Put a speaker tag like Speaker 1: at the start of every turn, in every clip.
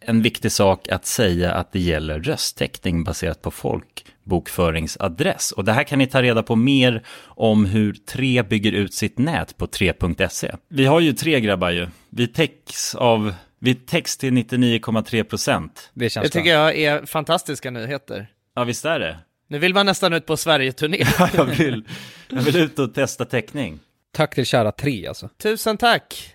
Speaker 1: En viktig sak att säga att det gäller rösttäckning baserat på folkbokföringsadress. Och det här kan ni ta reda på mer om hur Tre bygger ut sitt nät på 3.se. Vi har ju tre grabbar ju. Vi täcks av vi täcks till 99,3 procent.
Speaker 2: Det känns
Speaker 3: Det
Speaker 2: skönt.
Speaker 3: tycker jag är fantastiska nyheter.
Speaker 1: Ja, visst är det?
Speaker 3: Nu vill man nästan ut på Sverige-turné.
Speaker 1: Jag vill, jag vill ut och testa täckning.
Speaker 2: Tack till kära tre alltså.
Speaker 3: Tusen tack!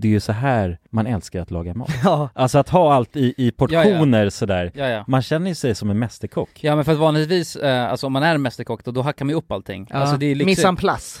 Speaker 1: det är ju så här man älskar att laga mat.
Speaker 3: Ja.
Speaker 1: Alltså att ha allt i, i portioner sådär.
Speaker 2: Ja, ja.
Speaker 1: Man känner ju sig som en mästerkock.
Speaker 2: Ja men för att vanligtvis, eh, alltså om man är en mästerkock då, då hackar man ju upp allting.
Speaker 3: Ja.
Speaker 2: Alltså det är
Speaker 3: Mise en
Speaker 2: liksom,
Speaker 3: place.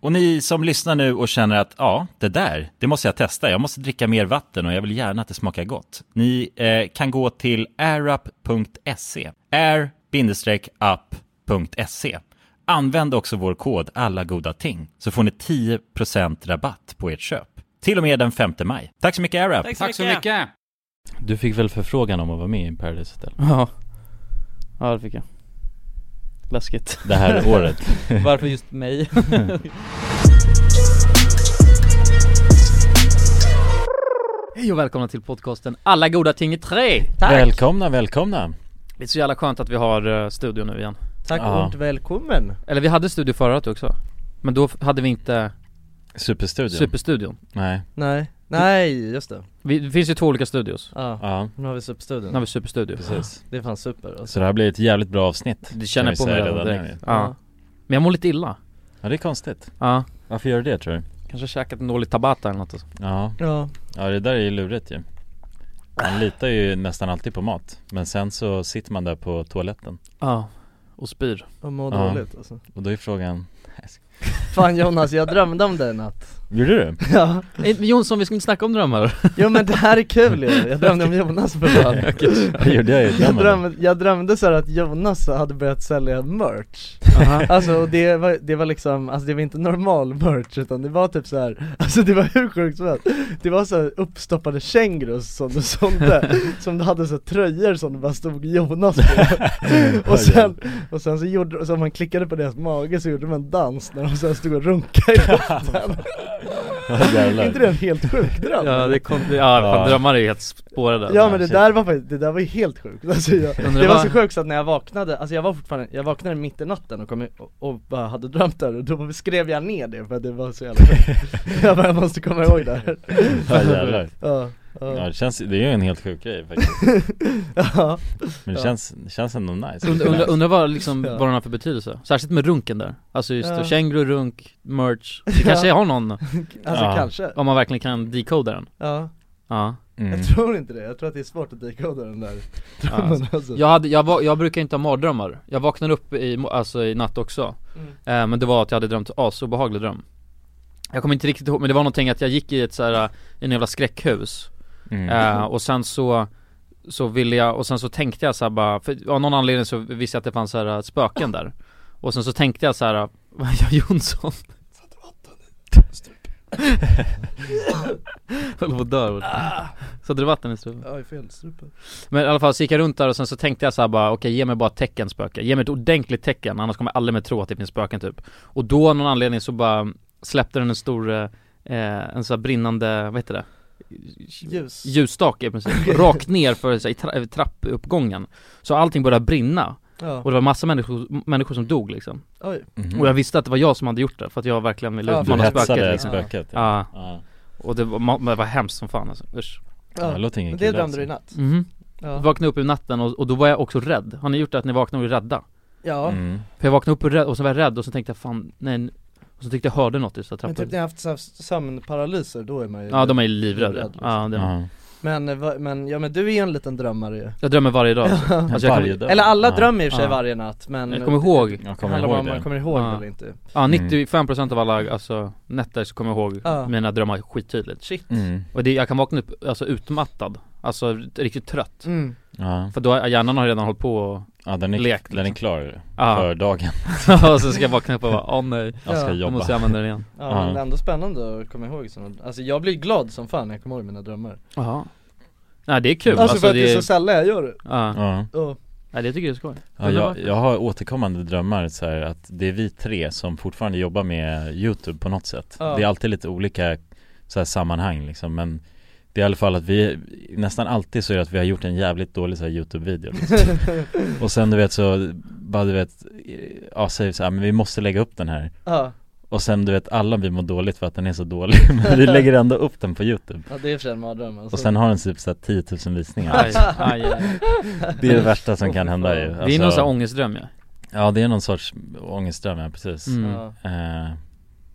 Speaker 1: Och ni som lyssnar nu och känner att ja, det där, det måste jag testa. Jag måste dricka mer vatten och jag vill gärna att det smakar gott. Ni eh, kan gå till airup.se. air-up.se. Använd också vår kod alla goda ting så får ni 10% rabatt på ert köp. Till och med den 5 maj. Tack så mycket AirUp!
Speaker 4: Tack så mycket!
Speaker 1: Du fick väl förfrågan om att vara med i Paradise Hotel?
Speaker 3: Ja. Ja det fick jag. Läskigt.
Speaker 1: Det här året?
Speaker 3: Varför just mig?
Speaker 5: Hej och välkomna till podcasten Alla goda ting i tre!
Speaker 1: Välkomna, välkomna!
Speaker 5: Det är så jävla skönt att vi har eh, studio nu igen
Speaker 3: Tack
Speaker 1: Ja.
Speaker 3: och välkommen.
Speaker 5: Eller vi hade studio förra året också Men då f- hade vi inte
Speaker 1: Superstudion?
Speaker 5: superstudion
Speaker 1: Nej,
Speaker 3: Nej. Nej, just det.
Speaker 5: vi, Det finns ju två olika studios
Speaker 3: Ja.
Speaker 1: ja
Speaker 3: Nu har vi
Speaker 5: Nu
Speaker 3: superstudion.
Speaker 5: har vi superstudio
Speaker 1: precis
Speaker 3: Det är fan super alltså.
Speaker 1: Så det här blir ett jävligt bra avsnitt
Speaker 5: Det
Speaker 1: kan
Speaker 5: känner
Speaker 1: vi
Speaker 5: jag på mig
Speaker 1: säga
Speaker 5: redan
Speaker 1: redan nu.
Speaker 5: direkt ja. Men jag mår lite illa
Speaker 1: Ja det är konstigt
Speaker 5: Ja
Speaker 1: Varför gör du det tror du?
Speaker 5: Kanske käkat en dålig Tabata eller något och så.
Speaker 1: Ja,
Speaker 3: Ja.
Speaker 1: ja det där är ju lurigt ju Man litar ju nästan alltid på mat Men sen så sitter man där på toaletten
Speaker 5: Ja Och spyr
Speaker 3: Och mår
Speaker 1: Ja.
Speaker 3: dåligt alltså.
Speaker 1: Och då är frågan
Speaker 3: Fan Jonas, jag drömde om dig i natt.
Speaker 1: Gjorde du?
Speaker 3: Ja.
Speaker 5: Eh, Jonsson, vi ska inte snacka om drömmar
Speaker 3: Jo men det här är kul ju. Jag drömde om Jonas för fan.
Speaker 1: Det gjorde jag ju
Speaker 3: Jag
Speaker 1: drömmen.
Speaker 3: drömde, jag drömde så här att Jonas hade börjat sälja merch Alltså och det var, det var liksom, alltså det var inte normal merch utan det var typ så här. Alltså det var hur sjukt som helst Det var så här uppstoppade kängurus som du sålde Som du hade så här, tröjor som det bara stod Jonas på
Speaker 1: Mm,
Speaker 3: Och sen, och sen så gjorde, så om man klickade på deras mage så gjorde de en dans när de sen stod och runkade i luften
Speaker 1: Ja,
Speaker 3: Är
Speaker 1: jävlar.
Speaker 3: inte det en helt sjuk dröm?
Speaker 5: Ja det kom, ja,
Speaker 1: Ja.
Speaker 5: fan, drömmar är ju helt spårade
Speaker 3: Ja men det
Speaker 1: shit.
Speaker 3: där var faktiskt, det där var ju helt sjukt alltså jag,
Speaker 5: Undrar
Speaker 3: Det var
Speaker 5: vad-
Speaker 3: så sjukt så att när jag vaknade, alltså jag var fortfarande, jag vaknade mitt i natten och kom i- och, och bara hade drömt det här och då skrev jag ner det för att det var så jävla sjukt Jag bara, jag måste komma ihåg det här
Speaker 1: Ja jävlar
Speaker 3: Ja,
Speaker 1: Ja
Speaker 3: ja,
Speaker 1: det känns, det är ju en helt sjuk grej faktiskt
Speaker 3: ja,
Speaker 1: Men det
Speaker 3: Ja.
Speaker 1: känns, det känns ändå nice
Speaker 5: Undrar undra, undra vad, liksom,
Speaker 3: Ja.
Speaker 5: vad den har för betydelse, särskilt med runken där Alltså just
Speaker 3: Ja.
Speaker 5: det, känguru, runk, merch Det kanske har någon,
Speaker 3: alltså
Speaker 1: Ja.
Speaker 3: kanske,
Speaker 5: om man verkligen kan decoda den
Speaker 3: ja
Speaker 5: Ja
Speaker 1: mm.
Speaker 3: Jag tror inte det, jag tror att det är svårt att decoda den där drömmen alltså
Speaker 5: Jag, hade, jag, va- jag brukar inte ha mardrömmar, jag vaknade upp i, mo- alltså, i natt också
Speaker 3: Mm.
Speaker 5: eh, Men det var att jag hade drömt asobehaglig dröm Jag kommer inte riktigt ihåg, men det var någonting att jag gick i ett så här, i en jävla skräckhus
Speaker 1: Mm.
Speaker 5: eh, Och sen så, så ville jag, och sen så tänkte jag så här bara, för av någon anledning så visste jag att det fanns så här, eh, spöken där Och sen så tänkte jag så här, eh, vad gör Jonsson? Håller på att dö Så hade du vatten i strupen?
Speaker 3: Oj, fel strupe
Speaker 5: Men i alla fall så gick jag runt där och sen så tänkte jag så här bara okej ge mig bara ett tecken spöke, ge mig ett ordentligt tecken annars kommer jag aldrig mer tro att det finns spöken typ Och då av någon anledning så bara släppte den en stor, eh, en sån här brinnande, vad heter det?
Speaker 3: Ljus
Speaker 5: Ljusstake i princip, rakt ner för så här, i tra- i trappuppgången Så allting började brinna
Speaker 3: Ja,
Speaker 5: och det var massa människor, människor som dog liksom
Speaker 3: oj,
Speaker 1: Mhm.
Speaker 5: Och jag visste att det var jag som hade gjort det för att jag verkligen ville
Speaker 3: Ja,
Speaker 1: Du
Speaker 5: utmana spöket
Speaker 1: hetsade
Speaker 5: liksom.
Speaker 1: spöket ja.
Speaker 5: Ja,
Speaker 1: Ja.
Speaker 5: och det var, ma- men det var hemskt som fan alltså, usch
Speaker 1: Ja, det
Speaker 3: ja
Speaker 1: låter ingen
Speaker 3: Men det
Speaker 1: kul
Speaker 3: drömde
Speaker 1: alls.
Speaker 3: du i natt?
Speaker 5: Mhm.
Speaker 3: Ja,
Speaker 5: Vaknade upp i natten och, och då var jag också rädd, har ni gjort det att ni vaknar och är rädda?
Speaker 3: ja
Speaker 1: mm.
Speaker 5: För jag vaknade upp och, rädd, och så var jag rädd och så tänkte jag fan, nej nu- Och så tyckte jag hörde något i så jag
Speaker 3: men
Speaker 5: trappade
Speaker 3: typ när jag haft så här sömnparalyser, då är man ju
Speaker 5: Ja de är ju livrädda,
Speaker 3: livrädd, liksom.
Speaker 5: ja, det är de.
Speaker 1: ja.
Speaker 3: Men, eh, va- men, ja men du är ju en liten drömmare ju
Speaker 5: Jag drömmer varje dag alltså. Alltså, jag
Speaker 1: Varje
Speaker 5: kommer,
Speaker 1: dag.
Speaker 3: Eller alla
Speaker 1: Ja.
Speaker 3: drömmer i och för sig
Speaker 5: Ja.
Speaker 3: varje natt men
Speaker 5: jag kommer ihåg
Speaker 1: Jag
Speaker 3: Det
Speaker 1: kommer
Speaker 3: handlar om
Speaker 1: ihåg
Speaker 3: om man
Speaker 1: det.
Speaker 3: kommer ihåg
Speaker 5: Ja.
Speaker 3: eller inte
Speaker 5: Ja,
Speaker 1: Mm.
Speaker 5: 95% av alla alltså, nätter så kommer jag ihåg
Speaker 3: Ja.
Speaker 5: mina drömmar skittydligt
Speaker 3: Shit
Speaker 1: Mm.
Speaker 5: Och det, jag kan vakna upp alltså, utmattad Alltså riktigt trött
Speaker 3: mm.
Speaker 1: Ja.
Speaker 5: För då, har- hjärnan har redan hållit på och,
Speaker 1: ja, den är,
Speaker 5: Lekt,
Speaker 1: den är klar
Speaker 5: ja.
Speaker 1: för dagen.
Speaker 5: och så ska jag vakna upp och bara, åh nej,
Speaker 1: Jag ska
Speaker 3: Ja,
Speaker 5: då
Speaker 1: jobba.
Speaker 5: måste jag använda den igen
Speaker 3: Ja men
Speaker 1: Ja.
Speaker 3: det är ändå spännande att komma ihåg sådana Alltså jag blir glad som fan när jag kommer ihåg mina drömmar
Speaker 5: Jaha Nej det är kul,
Speaker 3: Alltså, för att det är så
Speaker 5: så...
Speaker 3: sällan jag gör det
Speaker 5: ja.
Speaker 1: Ja.
Speaker 3: Ja.
Speaker 5: Nej, det tycker jag är skoj
Speaker 1: Ja, jag, jag har återkommande drömmar så här att det är vi tre som fortfarande jobbar med YouTube på något sätt.
Speaker 3: Ja.
Speaker 1: Det är alltid lite olika så här sammanhang liksom men det är i alla fall att vi, nästan alltid så är det att vi har gjort en jävligt dålig så här YouTube-video liksom. Och sen du vet så, bara du vet, ja säger vi så här, men vi måste lägga upp den här
Speaker 3: ja,
Speaker 1: Och sen du vet alla vi mår dåligt för att den är så dålig Men vi lägger ändå upp den på YouTube
Speaker 3: ja det är i och för sig en mardröm alltså.
Speaker 1: Och sen har den typ såhär 10 000 visningar
Speaker 5: Aj, aj, aj.
Speaker 1: Det är det värsta som kan hända ju
Speaker 5: Det är någon sån här
Speaker 1: Alltså,
Speaker 5: ångestdröm ja.
Speaker 1: Ja det är någon sorts ångestdröm, ja precis
Speaker 5: Mm.
Speaker 3: ja.
Speaker 1: Eh,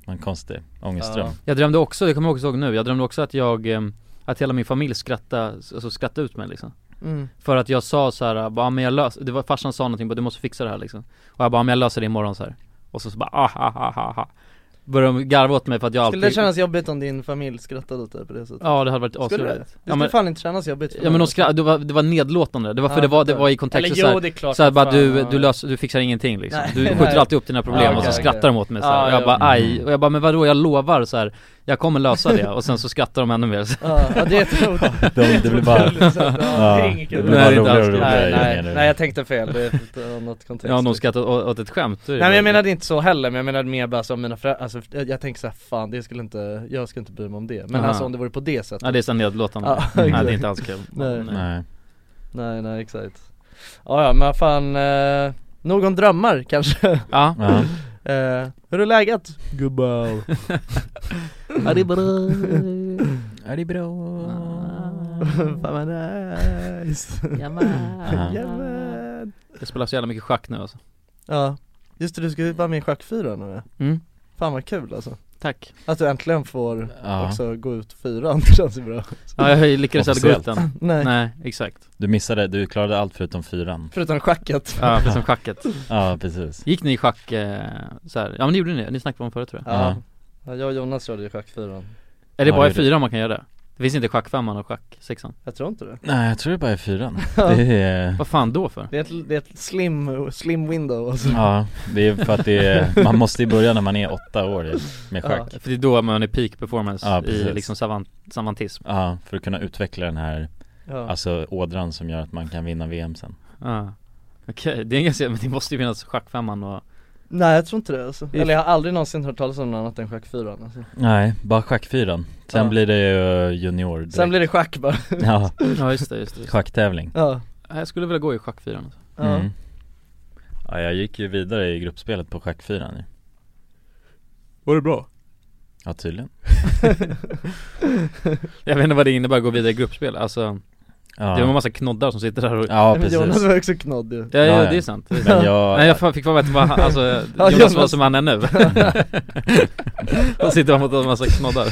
Speaker 1: en konstig ångestdröm.
Speaker 5: Jag drömde också, det kommer jag också ihåg nu, jag drömde också att jag ehm, Att hela min familj skrattade, alltså skrattade ut mig liksom
Speaker 3: Mm.
Speaker 5: För att jag sa så här, bara, "Ah, men jag löser, det var farsan sa någonting bara, du måste fixa det här liksom Och jag bara, "Ah, men jag löser det imorgon så här. Och så, så bara, ah, ah, ah, ah, ah. Började de garva åt mig för att jag
Speaker 3: Skulle det
Speaker 5: alltid
Speaker 3: kännas jobbigt om din familj skrattade åt dig på det sättet?
Speaker 5: Ja det hade varit
Speaker 3: Skulle det? Det
Speaker 5: asroligt
Speaker 3: skulle
Speaker 5: Ja men,
Speaker 3: fan inte kännas jobbigt för
Speaker 5: ja, men de
Speaker 3: någon.
Speaker 5: skrattade, det var, det var nedlåtande, det var för
Speaker 3: Ja,
Speaker 5: det, var, det
Speaker 3: fattar.
Speaker 5: var i kontexten så här,
Speaker 6: det är klart
Speaker 5: så här,
Speaker 6: som
Speaker 5: bara
Speaker 6: fan,
Speaker 5: du,
Speaker 6: ja.
Speaker 5: du, löser, du fixar ingenting liksom
Speaker 3: Nej,
Speaker 5: Du
Speaker 3: nej.
Speaker 5: skjuter alltid upp dina problem
Speaker 3: Ja,
Speaker 5: och så
Speaker 3: okej,
Speaker 5: skrattar
Speaker 3: okej.
Speaker 5: de åt mig så
Speaker 3: Ja,
Speaker 5: här. Jag
Speaker 3: ja.
Speaker 5: bara
Speaker 3: Mm.
Speaker 5: aj, och jag bara men vadå jag lovar så här. Jag kommer lösa det och sen så skrattar de ännu mer så.
Speaker 3: Ja, ja, det är ett hot.
Speaker 1: De, det blir bara, ja,
Speaker 3: det är
Speaker 1: det
Speaker 3: inget
Speaker 1: blir
Speaker 3: kul.
Speaker 5: Nej,
Speaker 1: bara
Speaker 5: det är inte
Speaker 1: roligare och
Speaker 5: alls kul.
Speaker 1: roligare
Speaker 3: Nej,
Speaker 1: ju
Speaker 3: nej,
Speaker 1: mer du-
Speaker 3: nej jag tänkte fel, det är ett annat kontext
Speaker 5: Ja de skrattar å- åt ett skämt då är det
Speaker 3: Nej men jag
Speaker 5: bara-
Speaker 3: menade inte så heller, men jag menade mer bara som mina föräldrar, alltså jag, jag tänker såhär fan det skulle inte, jag skulle inte bry mig om det Men
Speaker 5: Aha.
Speaker 3: alltså om det vore på det sättet
Speaker 5: Ja det är så nedlåtande,
Speaker 3: Ja,
Speaker 5: nej
Speaker 3: exakt.
Speaker 5: det är inte alls kul
Speaker 3: Nej.
Speaker 1: Nej.
Speaker 3: Nej nej exakt ja, ja men fan, eh, någon drömmar kanske?
Speaker 5: Ja,
Speaker 1: Ja.
Speaker 3: eh, hur är läget? Gubbar Ja det är bra
Speaker 1: Är det bra?
Speaker 3: Fan vad nice
Speaker 1: Ja.
Speaker 3: Jamen.
Speaker 5: jag spelar så jävla mycket schack nu alltså
Speaker 3: Ja, just det du ska ju vara med i schackfyran nu
Speaker 5: Mm.
Speaker 3: Fan vad kul alltså
Speaker 5: Tack
Speaker 3: Att du äntligen får
Speaker 1: Ja.
Speaker 3: också gå ut fyran, det känns ju bra
Speaker 5: Ja jag lyckades aldrig gå ut
Speaker 1: Officiellt.
Speaker 5: den
Speaker 3: Nej,
Speaker 5: Nej exakt,
Speaker 1: Du missade, du klarade allt förutom fyran
Speaker 3: förutom schacket
Speaker 5: ja precis som schacket
Speaker 1: Ja precis
Speaker 5: Gick ni i schack eh, så här? ja men det gjorde ni, ni snackade om det förut tror jag
Speaker 3: Ja, ja jag och Jonas körde ju schackfyran
Speaker 5: Är det
Speaker 1: Ja,
Speaker 5: bara i
Speaker 1: det gjorde
Speaker 5: fyran man kan göra det? Det finns inte schackfemman och schacksexan
Speaker 3: Jag tror inte det
Speaker 1: Nej jag tror det bara är fyran Det är,
Speaker 5: Vad fan då för?
Speaker 3: Det är ett, det är ett slim, slim window alltså
Speaker 1: ja det är för att det är, man måste ju börja när man är åtta år ju, med schack
Speaker 5: För det är då man är peak performance
Speaker 1: Ja,
Speaker 5: i
Speaker 1: precis.
Speaker 5: liksom savant, savantism
Speaker 1: Ja, för att kunna utveckla den här,
Speaker 3: Ja,
Speaker 1: alltså ådran som gör att man kan vinna VM sen
Speaker 5: ja. Okej, det är en ganska, men det måste ju finnas schackfemman och
Speaker 3: Nej jag tror inte det alltså.
Speaker 5: Det är-
Speaker 3: Eller jag har aldrig någonsin hört talas om något annat än schackfyran alltså.
Speaker 1: Nej, bara schackfyran Sen
Speaker 3: Ja.
Speaker 1: blir det ju junior direkt.
Speaker 3: Sen blir det schack bara
Speaker 1: Ja,
Speaker 5: Ja just det, just det, just det.
Speaker 1: schacktävling
Speaker 3: Ja,
Speaker 5: Ja, Jag skulle vilja gå i schackfyran alltså.
Speaker 3: ja.
Speaker 1: Mm. Ja, jag gick ju vidare i gruppspelet på schackfyran ju.
Speaker 5: Var det bra?
Speaker 1: Ja, tydligen
Speaker 5: Jag vet inte vad det innebär att gå vidare i gruppspel, alltså
Speaker 1: Ja,
Speaker 5: Det var en massa knoddar som sitter där och
Speaker 1: ja
Speaker 3: Men
Speaker 1: precis
Speaker 3: Jonas var också knodd ju
Speaker 5: Ja, ja,
Speaker 1: Ja, ja.
Speaker 5: det är sant
Speaker 1: Men jag,
Speaker 5: Nej jag fan fick fan veta vad han, alltså Jonas, var
Speaker 3: Jonas.
Speaker 5: som han är nu Och sitter mot en massa knoddar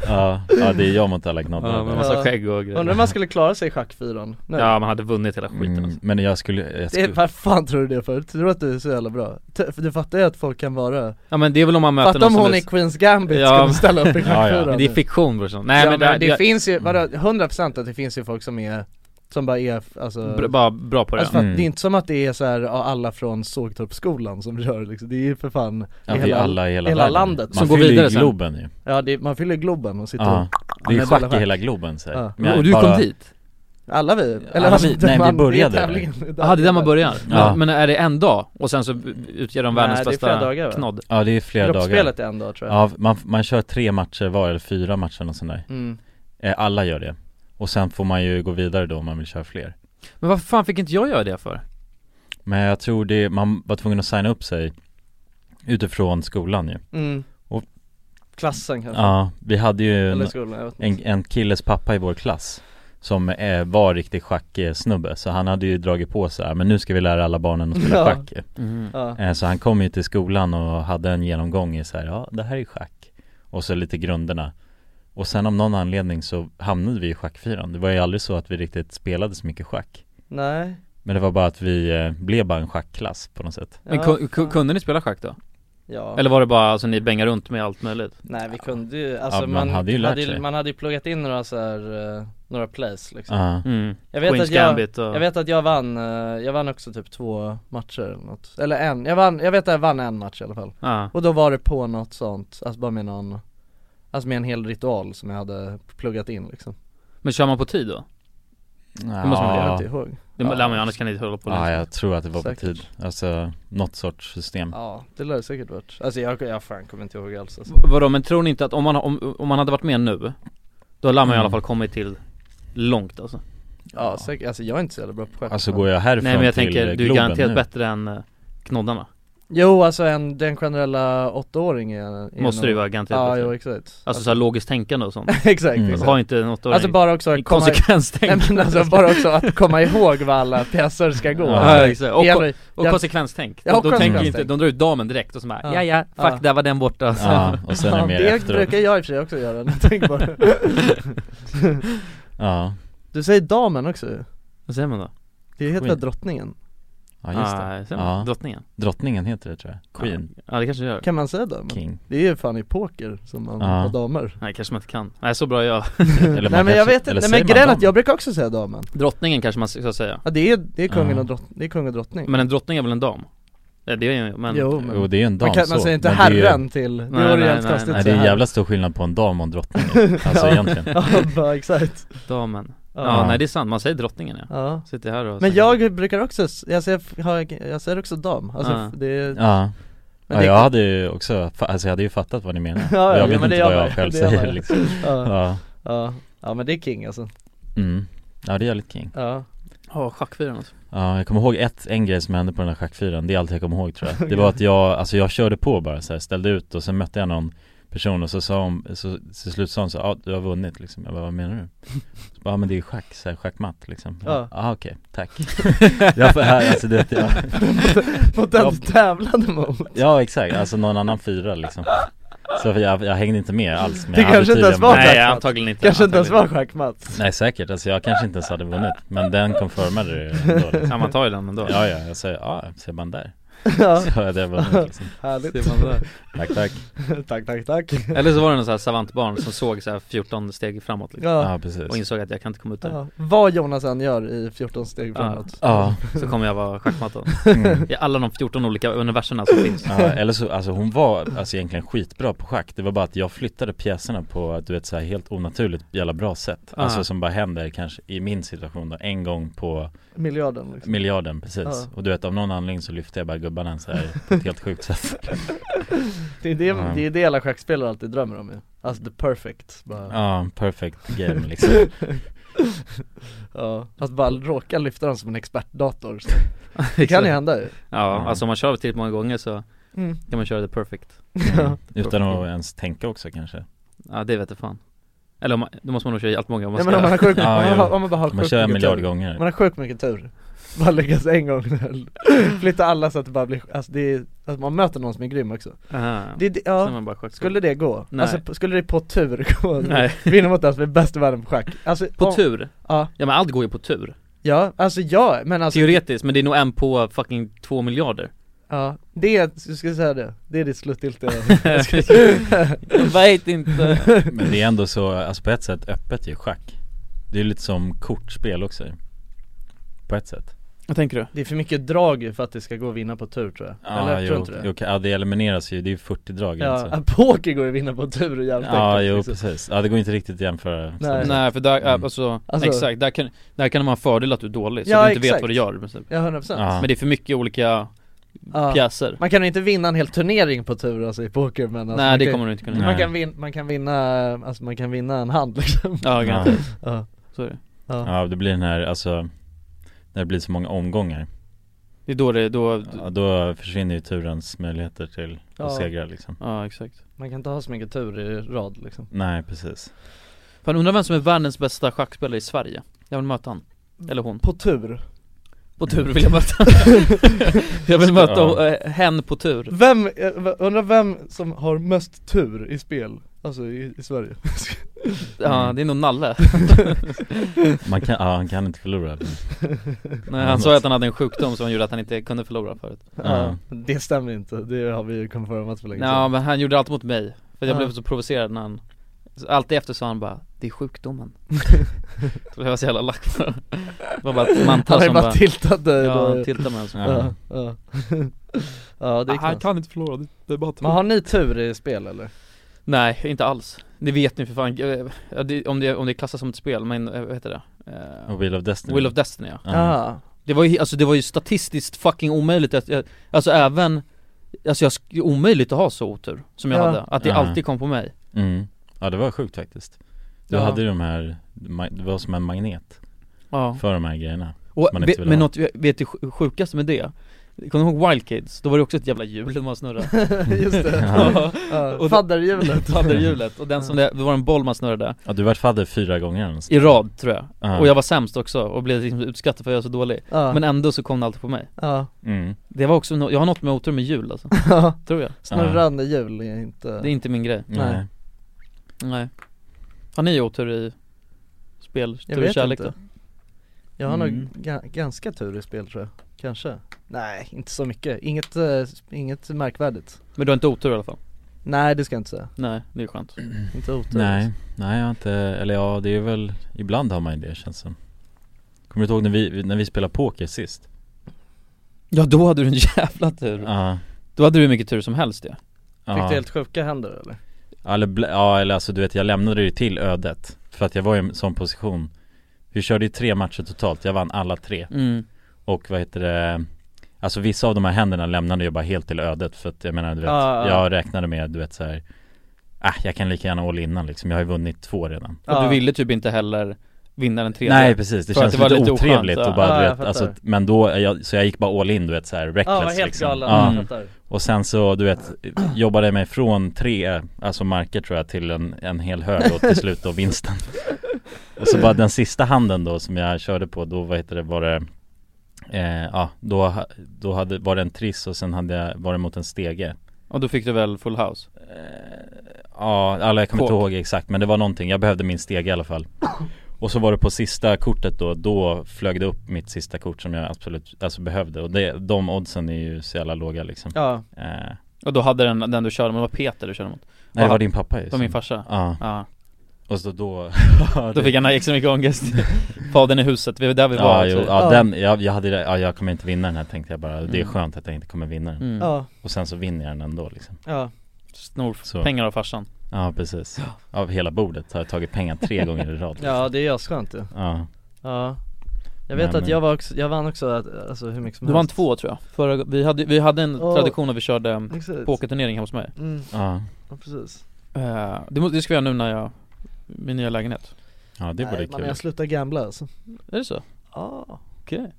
Speaker 1: ja, ja, det är jag mot alla knoddar
Speaker 5: Ja, med massa
Speaker 3: Ja.
Speaker 5: skägg och grejer
Speaker 3: Undrar om man skulle klara sig i schackfyran nu
Speaker 5: Ja man hade vunnit hela skiten
Speaker 1: mm,
Speaker 5: alltså.
Speaker 1: Men jag skulle, jag
Speaker 3: det,
Speaker 1: skulle
Speaker 3: är- vad fan tror du det för? Tror du att du är så jävla bra? T- för du fattar ju att folk kan vara
Speaker 5: Ja men det är väl om man möter
Speaker 3: Fatta
Speaker 5: någon
Speaker 3: om
Speaker 5: som
Speaker 3: hon
Speaker 5: är-
Speaker 3: i Queens Gambit
Speaker 5: Ja, men-
Speaker 3: skulle ställa upp i
Speaker 1: Ja, ja.
Speaker 3: schackfyran
Speaker 5: Men det är fiktion brorsan, nej
Speaker 3: ja,
Speaker 5: men
Speaker 3: men,
Speaker 5: det,
Speaker 3: det
Speaker 5: jag,
Speaker 3: finns
Speaker 4: Mm.
Speaker 3: ju, vadå, 100% att det finns ju folk som är, som bara är, alltså
Speaker 5: br- bara bra på det
Speaker 3: Alltså för att
Speaker 1: Mm.
Speaker 3: det är inte som att det är så här, ja, alla från Sågtorpsskolan som gör liksom, det är ju för fan
Speaker 1: ja, vi
Speaker 3: hela-
Speaker 1: alla i hela,
Speaker 3: hela
Speaker 1: världen.
Speaker 3: landet.
Speaker 1: Man
Speaker 5: Som går
Speaker 1: fyller ju
Speaker 5: vidare sen.
Speaker 1: Globen ju
Speaker 3: Ja det, man fyller Globen och sitter
Speaker 1: Ja, det är
Speaker 3: med
Speaker 1: ju schack
Speaker 3: bollar.
Speaker 1: i hela Globen så här.
Speaker 3: Ja.
Speaker 1: Men jag
Speaker 5: Och du
Speaker 1: bara-
Speaker 5: kom dit?
Speaker 3: och, alla vi, eller
Speaker 1: Alla
Speaker 3: alltså,
Speaker 1: vi- nej, vi
Speaker 3: man,
Speaker 1: började
Speaker 3: det är tävlingen. Det är
Speaker 5: Jaha det är där man börjar? Men,
Speaker 1: Ja.
Speaker 5: men är det en dag? Och sen så utgör de
Speaker 3: Nej,
Speaker 5: världens
Speaker 3: det är
Speaker 5: bästa
Speaker 3: flera dagar, va?
Speaker 5: knodd?
Speaker 1: Ja det är flera dagar
Speaker 3: Gruppspelet är en dag tror jag
Speaker 1: Ja, man, man kör tre matcher var, eller fyra matcher och sånt där
Speaker 3: mm.
Speaker 1: eh, Alla gör det Och sen får man ju gå vidare då om man vill köra fler
Speaker 5: Men vad fan fick inte jag göra det för?
Speaker 1: Men jag tror det, man var tvungen att signa upp sig Utifrån skolan ju
Speaker 3: Mm.
Speaker 1: Och-
Speaker 3: Klassen kanske,
Speaker 1: Ja, vi hade ju
Speaker 3: eller
Speaker 1: en,
Speaker 3: skolan, jag vet inte
Speaker 1: en, en killes pappa i vår klass Som eh, var riktig schacksnubbe Så han hade ju dragit på så här, men nu ska vi lära alla barnen att spela
Speaker 3: Ja.
Speaker 1: schack ju."
Speaker 5: Mm.
Speaker 3: ja.
Speaker 1: Eh, Så han kom ju till skolan och hade en genomgång i så här, ja det här är schack Och så lite grunderna Och sen av någon anledning så hamnade vi i schackfyran. Det var ju aldrig så att vi riktigt spelade så mycket schack.
Speaker 3: Nej
Speaker 1: Men det var bara att vi eh, blev bara en schackklass på något sätt.
Speaker 5: Men
Speaker 3: Ja,
Speaker 5: ku- ku-
Speaker 3: fan.
Speaker 5: kunde ni spela schack då?
Speaker 3: Ja
Speaker 5: Eller var det bara, alltså ni bängade runt med allt möjligt?
Speaker 6: Nej vi kunde ju, alltså
Speaker 1: Ja,
Speaker 6: man, hade ju lärt sig. man hade ju pluggat in några så här, eh, några plays liksom
Speaker 1: Ja.
Speaker 5: Mm.
Speaker 6: Jag vet
Speaker 5: Queen's
Speaker 6: att jag-
Speaker 5: Gambit och...
Speaker 6: Ja.
Speaker 3: Jag vet att jag vann, eh, jag vann också typ två matcher eller något, eller en, jag vann, jag vet att jag vann en match i alla fall
Speaker 5: Ja.
Speaker 3: Och då var det på något sånt, alltså bara med någon, alltså med en hel ritual som jag hade pluggat in liksom
Speaker 5: Men kör man på tid då?
Speaker 1: Ja.
Speaker 5: måste man
Speaker 3: Jag kommer
Speaker 5: Ja.
Speaker 3: inte ihåg
Speaker 5: Det,
Speaker 1: Ja.
Speaker 5: ja. men annars kan ni inte hålla på
Speaker 1: Ja,
Speaker 5: länge.
Speaker 1: jag tror att det var på
Speaker 3: Säkert.
Speaker 1: tid. Alltså, något sorts system.
Speaker 3: Ja, det lär det säkert varit, alltså jag, jag fan kommer inte ihåg alls alltså.
Speaker 5: Vadå, men tror ni inte att om man, om, om man hade varit med nu Då hade Lamma i
Speaker 1: Mm.
Speaker 5: alla fall kommit till långt alltså
Speaker 3: Ja säkert, alltså jag är inte så jävla bra på schack
Speaker 1: Alltså går jag härifrån
Speaker 5: Nej men jag
Speaker 1: till
Speaker 5: tänker,
Speaker 1: eh,
Speaker 5: du är
Speaker 1: Globen
Speaker 5: garanterat
Speaker 1: nu?
Speaker 5: bättre än eh, knoddarna
Speaker 3: Jo alltså en, den generella åttaåring är, är
Speaker 5: Måste
Speaker 3: nog-
Speaker 5: du vara garanterat
Speaker 3: Ja,
Speaker 5: bättre
Speaker 3: jo exakt
Speaker 5: Alltså såhär logiskt tänkande och sånt
Speaker 3: Exakt,
Speaker 1: Mm.
Speaker 3: exakt
Speaker 5: Har inte något
Speaker 3: Alltså bara också att komma, nej,
Speaker 5: konsekvenstänk
Speaker 3: men alltså bara också att komma ihåg vad alla pjäser ska gå
Speaker 1: Ja,
Speaker 5: Ja, exakt. Och,
Speaker 3: Jävla-
Speaker 5: och
Speaker 3: jävla-
Speaker 5: konsekvenstänk,
Speaker 3: Ja, och
Speaker 5: de, de tänker
Speaker 3: konsekvenstänk.
Speaker 5: inte, de drar ut damen direkt och så bara
Speaker 3: Ja.
Speaker 5: ja ja, fuck
Speaker 3: Ja.
Speaker 5: där var den borta
Speaker 1: Ja, och sen är det
Speaker 3: Ja,
Speaker 1: mer
Speaker 3: det
Speaker 1: efteråt.
Speaker 3: brukar jag i och för sig också göra när jag tänker på det
Speaker 1: Ja,
Speaker 3: Du säger damen också ju.
Speaker 5: Vad säger man då?
Speaker 3: Det heter
Speaker 1: Queen.
Speaker 3: väl drottningen?
Speaker 1: ja just det.
Speaker 5: ah,
Speaker 1: Ja.
Speaker 5: ja. Drottningen?
Speaker 1: Drottningen heter det tror jag. Queen,
Speaker 5: Ja det kanske det gör
Speaker 3: Kan man säga damen?
Speaker 1: King.
Speaker 3: Det är ju fan i poker som man
Speaker 1: Ja.
Speaker 3: har damer
Speaker 5: Nej kanske man inte kan, nej så bra är jag
Speaker 1: Eller man
Speaker 3: Nej men jag
Speaker 1: kanske-
Speaker 3: vet
Speaker 1: eller
Speaker 3: inte, nej
Speaker 1: säger
Speaker 3: men
Speaker 1: man
Speaker 3: grejen är
Speaker 1: dam?
Speaker 3: att jag brukar också säga damen
Speaker 5: Drottningen kanske man ska säga
Speaker 3: Ja det är, det är kungen
Speaker 1: Ja.
Speaker 3: och drottning, det är kung och drottning
Speaker 5: Men en drottning är väl en dam? Ja, det är ju, men
Speaker 3: Jo men,
Speaker 1: Jo det är ju en dam
Speaker 3: man, kan, man
Speaker 1: så,
Speaker 3: säger inte
Speaker 1: men det är ju-
Speaker 3: herren till, det
Speaker 5: Nej,
Speaker 3: vore
Speaker 5: nej,
Speaker 3: jävligt
Speaker 5: nej,
Speaker 3: konstigt
Speaker 1: Nej
Speaker 3: så
Speaker 1: det är en
Speaker 3: här.
Speaker 1: jävla stor skillnad på en dam och en drottning Alltså egentligen
Speaker 3: Ja, bara, exakt
Speaker 5: damen
Speaker 3: ja.
Speaker 5: Ja,
Speaker 1: Ja.
Speaker 5: nej det är sant, man säger drottningen ja.
Speaker 3: Ja.
Speaker 5: Sitter här och
Speaker 3: Men jag brukar också, s- jag säger, har- jag säger också dam, alltså
Speaker 5: Ja.
Speaker 3: det är,
Speaker 1: Ja, ja
Speaker 3: men det,
Speaker 1: jag hade ju också, fa- alltså jag hade ju fattat vad ni menar
Speaker 3: Ja,
Speaker 1: Och
Speaker 3: ja,
Speaker 1: Jag
Speaker 3: ja,
Speaker 1: vet
Speaker 3: men det
Speaker 1: inte vad
Speaker 3: gör
Speaker 1: jag
Speaker 3: man.
Speaker 1: själv
Speaker 3: Det gör
Speaker 1: säger
Speaker 3: man.
Speaker 1: liksom
Speaker 3: ja,
Speaker 1: Ja,
Speaker 3: ja, ja men det är king alltså,
Speaker 1: mm. Ja det är jävligt king
Speaker 3: ja
Speaker 5: Ja, schackfyran alltså.
Speaker 1: Ja jag kommer ihåg ett, en grej som hände på den här schackfyran Det är allt jag kommer ihåg tror jag Det var att jag, alltså jag körde på bara så här, ställde ut och sen mötte jag någon person och så sa hon, så till slut sa hon så ja ah, du har vunnit liksom Jag bara, vad menar du? Så bara, ah, men det är schack, så här, schackmatt liksom
Speaker 3: Ja.
Speaker 1: Ja ah, okej, tack Jag får, alltså du vet, jag,
Speaker 3: Mot den du tävlade mot
Speaker 1: Ja exakt, alltså någon annan fyra liksom Så jag, jag hängde inte med alls men
Speaker 3: Det
Speaker 1: jag
Speaker 3: kanske
Speaker 1: hade
Speaker 3: inte ens
Speaker 1: tydligen-
Speaker 3: var
Speaker 1: Nej,
Speaker 3: schackmatt.
Speaker 5: antagligen inte
Speaker 3: Kanske inte ens var
Speaker 5: antagligen
Speaker 3: schackmatt
Speaker 1: nej säkert, alltså jag kanske inte ens hade vunnit Men den confirmade det ändå
Speaker 5: inte.
Speaker 1: liksom.
Speaker 5: Ja man tar ju den ändå
Speaker 1: Ja ja, jag säger ja, ser man där
Speaker 3: Ja,
Speaker 1: Så hade jag vunnit liksom
Speaker 3: härligt
Speaker 5: Ser man där.
Speaker 1: Tack tack
Speaker 3: Tack, tack, tack
Speaker 5: Eller så var det någon sån här savantbarn som såg så här 14 steg framåt liksom.
Speaker 3: Ja,
Speaker 1: Ja precis
Speaker 5: Och insåg att jag kan inte komma ut där
Speaker 3: ja. vad Jonas än gör i 14 steg
Speaker 5: Ja.
Speaker 3: framåt
Speaker 1: Ja,
Speaker 5: Så kommer jag vara schackmatt då.
Speaker 1: mm.
Speaker 5: I alla de 14 olika universerna som finns
Speaker 1: ja, eller så, alltså hon var alltså egentligen skitbra på schack Det var bara att jag flyttade pjäserna på, du vet så här helt onaturligt jävla bra sätt
Speaker 5: Ah.
Speaker 1: Alltså som bara händer kanske i min situation då, en gång på
Speaker 3: Miljarden liksom
Speaker 1: Miljarden, precis.
Speaker 3: Ja.
Speaker 1: Och du vet av någon anledning så lyfte jag bara gubbarna så här på ett helt sjukt sätt
Speaker 3: Det är det,
Speaker 1: Ja.
Speaker 3: det, är det alla schackspelare alltid drömmer om ju Alltså the perfect bara Ja,
Speaker 1: Ja, perfect game liksom
Speaker 3: att bara råka lyfta den som en expertdator så. Det kan ju hända ju
Speaker 5: Ja, alltså om man kör tillräckligt många gånger så
Speaker 3: mm.
Speaker 5: kan man köra det perfect
Speaker 3: ja.
Speaker 1: Utan att ens tänka också kanske
Speaker 5: Ja det vet jag fan Eller om man, då måste man nog köra i allt många om man
Speaker 3: Nej
Speaker 5: ska
Speaker 3: men om man har sjukt,
Speaker 1: Ja,
Speaker 3: om, man
Speaker 1: jo.
Speaker 3: har, om man bara har
Speaker 1: Om man
Speaker 3: sjukt
Speaker 1: kör en
Speaker 3: mycket
Speaker 1: miljard
Speaker 3: tur Om
Speaker 1: gånger
Speaker 3: man har sjukt mycket tur Bara lyckas en gång Flytta alla så att det bara blir, alltså det är, alltså man möter någon som är grym också
Speaker 5: Aha.
Speaker 3: det, är det,
Speaker 5: Sen
Speaker 3: ja,
Speaker 5: är man bara schack-
Speaker 3: Skulle det gå?
Speaker 5: Nej.
Speaker 3: Alltså p- skulle det på tur gå?
Speaker 5: Nej,
Speaker 3: Vinna mot den som är bäst i världen på schack? Alltså,
Speaker 5: på
Speaker 3: om-
Speaker 5: tur?
Speaker 3: Ja,
Speaker 5: Ja men allt går ju på tur
Speaker 3: ja, alltså ja, men alltså
Speaker 5: Teoretiskt, men det är nog en på fucking två miljarder
Speaker 3: Ja, det, är- jag skulle säga det, det är ditt slutgiltiga
Speaker 5: Jag vet inte
Speaker 1: Men det är ändå så, alltså på ett sätt öppet ju schack Det är lite som kortspel också På ett sätt
Speaker 5: Vad tänker du?
Speaker 3: Det är för mycket drag ju för att det ska gå att vinna på tur tror jag, eller
Speaker 1: jo,
Speaker 3: tror inte det?
Speaker 1: jo, ja det elimineras ju, det är ju 40 drag
Speaker 3: Ja,
Speaker 1: alltså.
Speaker 3: poker går ju att vinna på tur och jävligt
Speaker 1: Ja,
Speaker 3: enkelt,
Speaker 1: jo
Speaker 3: liksom.
Speaker 1: precis, ja det går inte riktigt att jämföra
Speaker 3: Nej.
Speaker 5: Nej för där,
Speaker 1: Mm.
Speaker 5: alltså,
Speaker 3: Alltså-
Speaker 5: exakt, där kan, där kan man ha fördel att du är dålig så
Speaker 3: Ja,
Speaker 5: du inte
Speaker 3: exakt.
Speaker 5: vet vad du gör i princip.
Speaker 3: Ja, 100% procent
Speaker 1: Ja.
Speaker 5: Men det är för mycket olika
Speaker 3: ja.
Speaker 5: pjäser
Speaker 3: Man kan ju inte vinna en hel turnering på tur alltså i poker men alltså,
Speaker 5: Nej
Speaker 3: man
Speaker 5: det
Speaker 3: kan,
Speaker 5: kommer du inte kunna
Speaker 1: Nej.
Speaker 5: göra
Speaker 3: man, kan vin, man kan vinna, alltså man kan vinna en hand liksom
Speaker 5: Ja
Speaker 1: ja,
Speaker 5: garanterat,
Speaker 3: Ja,
Speaker 5: så är det
Speaker 3: ja,
Speaker 1: ja, det blir den här, alltså När det blir så många omgångar
Speaker 5: Det är då det, då,
Speaker 1: ja, Då försvinner ju turens möjligheter till att
Speaker 3: Ja.
Speaker 1: segra liksom
Speaker 5: ja exakt
Speaker 3: man kan inte ha så mycket tur i rad liksom
Speaker 1: Nej precis
Speaker 5: Fan undrar vem som är världens bästa schackspelare i Sverige? Jag vill möta han, eller hon
Speaker 3: På tur
Speaker 5: På tur vill jag möta Jag vill möta
Speaker 1: Ja.
Speaker 5: eh, hen på tur
Speaker 3: Vem, eh, v- undrar vem som har mest tur i spel, alltså i, i Sverige?
Speaker 5: Ja, det är nog Nalle
Speaker 1: Man kan, ja, han kan inte förlora.
Speaker 5: Nej, han sa ju att han hade en sjukdom som gjorde att han inte kunde förlora förut
Speaker 1: Ja.
Speaker 3: Ja. Det stämmer inte, det har vi ju konfirmat för länge
Speaker 5: Ja men han gjorde allt mot mig, för jag
Speaker 3: Ja.
Speaker 5: blev så provocerad när han så Alltid efter sa han bara 'Det är sjukdomen' Så blev jag så jävla lack på det Det var bara ett
Speaker 3: Han
Speaker 5: mantra
Speaker 3: har ju
Speaker 5: som
Speaker 3: bara
Speaker 5: bara
Speaker 3: tiltat dig
Speaker 5: Ja,
Speaker 3: då
Speaker 5: han tiltade mig alltså.
Speaker 1: Ja.
Speaker 3: Ja, ja. ja det är knas.
Speaker 5: kan inte förlora, det, det är bara
Speaker 3: Men har ni tur i spel eller?
Speaker 5: Nej, inte alls Det vet ni för fan, eh, ja, det, om, det, om det klassas som ett spel, men eh, vad heter det? Eh,
Speaker 1: Och Wheel of Destiny.
Speaker 5: Will of Destiny ja.
Speaker 3: Ah.
Speaker 1: ja.
Speaker 5: Det var ju, alltså det var ju statistiskt fucking omöjligt att, jag, alltså även Alltså jag, sk- omöjligt att ha så otur som jag
Speaker 3: Ja.
Speaker 5: hade, att det
Speaker 1: Ja.
Speaker 5: alltid kom på mig
Speaker 1: Mm. ja, det var sjukt faktiskt. Du
Speaker 5: Ja.
Speaker 1: hade ju de här, ma- det var som en magnet
Speaker 5: Ja,
Speaker 1: för de här grejerna.
Speaker 5: och
Speaker 1: man inte
Speaker 5: vet,
Speaker 1: vill
Speaker 5: men
Speaker 1: ha.
Speaker 5: något, vet du sj- sjukaste med det? Kommer du ihåg Wild Kids? Då var det också ett jävla hjul man snurrade
Speaker 3: Just det,
Speaker 5: Ja,
Speaker 3: ja.
Speaker 5: Och-
Speaker 3: fadderhjulet
Speaker 5: fladderhjulet, och den som det, det var en boll man snurrade
Speaker 1: Ja, du vart fadder fyra gånger eller nåt sånt.
Speaker 5: I rad tror jag,
Speaker 1: Ja.
Speaker 5: och jag var sämst också och blev liksom utskattad för att jag var så dålig
Speaker 3: Ja,
Speaker 5: Men ändå så kom det alltid på mig
Speaker 3: ja,
Speaker 1: mm.
Speaker 5: Det var också, no- jag har något med otur med jul alltså,
Speaker 3: ja.
Speaker 5: tror jag
Speaker 3: snurrande hjul är inte
Speaker 5: Det är inte min grej
Speaker 1: Nej.
Speaker 5: Nej Har ni otur i spel,
Speaker 3: Jag
Speaker 5: tur i
Speaker 3: vet
Speaker 5: kärlek
Speaker 3: inte.
Speaker 5: då?
Speaker 3: Jag har
Speaker 1: Mm.
Speaker 3: nog ga- ganska tur i spel tror jag, kanske Nej, inte så mycket, inget, eh, inget märkvärdigt
Speaker 5: Men du har inte otur i alla fall?
Speaker 3: Nej det ska jag inte säga,
Speaker 5: Nej, det är skönt
Speaker 3: inte otur
Speaker 1: Nej, nej jag har inte, eller ja det är väl, ibland har man ju det känns som Kommer du ihåg när vi, när vi spelade poker sist?
Speaker 5: Ja då hade du en jävla tur
Speaker 1: Ja
Speaker 5: Då hade du hur mycket tur som helst ja.
Speaker 3: Fick du
Speaker 1: Ja,
Speaker 3: helt sjuka händer eller?
Speaker 1: eller, bl- ja, eller alltså du vet jag lämnade det ju till ödet För att jag var i en sån position Vi körde ju tre matcher totalt, jag vann alla tre
Speaker 5: mm.
Speaker 1: Och vad heter det Alltså vissa av de här händerna lämnade jag bara helt till ödet För att jag menar du vet,
Speaker 3: Ja, ja.
Speaker 1: jag räknade med du vet så här. Ah, jag kan lika gärna all innan liksom, jag har ju vunnit två redan
Speaker 5: Och du ville typ inte heller vinna den tredje
Speaker 1: Nej precis, det
Speaker 5: För att
Speaker 1: känns
Speaker 5: det var
Speaker 1: lite,
Speaker 5: lite oskönt,
Speaker 1: otrevligt
Speaker 5: ja.
Speaker 1: och bara
Speaker 3: Ja,
Speaker 1: du
Speaker 3: jag
Speaker 1: vet,
Speaker 3: fattar.
Speaker 1: alltså, men då, jag, så jag gick bara all in du vet såhär reckless
Speaker 3: Ja, var helt
Speaker 1: liksom.
Speaker 3: galen,
Speaker 1: ja.
Speaker 3: jag fattar
Speaker 1: Och sen så du vet, jobbade jag mig från tre, alltså marker tror jag till en, en hel hög och till slut då vinsten Och så bara den sista handen då som jag körde på, då vad heter det, var det eh, Ja, då, ha- då hade, var det en triss och sen hade jag, var det mot en stege
Speaker 5: Och då fick du väl full house?
Speaker 1: Ja, alla jag kommer inte
Speaker 5: Kåk.
Speaker 1: ihåg exakt men det var någonting, jag behövde min steg i alla fall Och så var det på sista kortet då, då flög det upp mitt sista kort som jag absolut, alltså behövde och det, de oddsen är ju så jävla låga liksom
Speaker 3: Ja,
Speaker 1: eh,
Speaker 5: Och då hade den, den du körde mot, det var Peter du körde mot?
Speaker 1: Nej det
Speaker 5: Aha.
Speaker 1: var din pappa ju
Speaker 5: Det var min farsa?
Speaker 1: Ja,
Speaker 5: Ja,
Speaker 1: och så då
Speaker 5: då fick han extra mycket ångest Fadern i huset, vi var där vi var alltså.
Speaker 1: Ja, jo,
Speaker 5: också.
Speaker 1: ja,
Speaker 3: alltså- Ja.
Speaker 1: den, jag, jag hade, ja, jag kommer inte vinna den här tänkte jag bara, det är
Speaker 5: Mm.
Speaker 1: skönt att jag inte kommer vinna den
Speaker 5: mm.
Speaker 3: ja,
Speaker 1: Och sen så vinner jag den ändå liksom
Speaker 3: ja
Speaker 5: Snor
Speaker 1: Så.
Speaker 5: pengar av farsan
Speaker 1: Ja precis, av hela bordet har jag tagit pengar tre gånger i rad liksom.
Speaker 3: Ja det är asskönt ju
Speaker 1: ja.
Speaker 3: Ja Jag vet
Speaker 1: Nej,
Speaker 3: att
Speaker 1: men-
Speaker 3: jag var också, jag vann också att- alltså hur mycket som
Speaker 5: Du vann två tror jag, Förra, vi, hade, vi hade en
Speaker 3: Åh.
Speaker 5: tradition när vi körde um,
Speaker 3: Exakt.
Speaker 5: pokerturnering hemma hos mig
Speaker 3: Mm,
Speaker 1: ja,
Speaker 3: ja precis
Speaker 5: Eh, det, må- det ska jag göra nu när jag, min nya lägenhet
Speaker 1: ja det vore
Speaker 3: Nej, man
Speaker 1: kul
Speaker 3: jag slutar gambla alltså
Speaker 5: Är det så?
Speaker 3: Ja
Speaker 5: Okej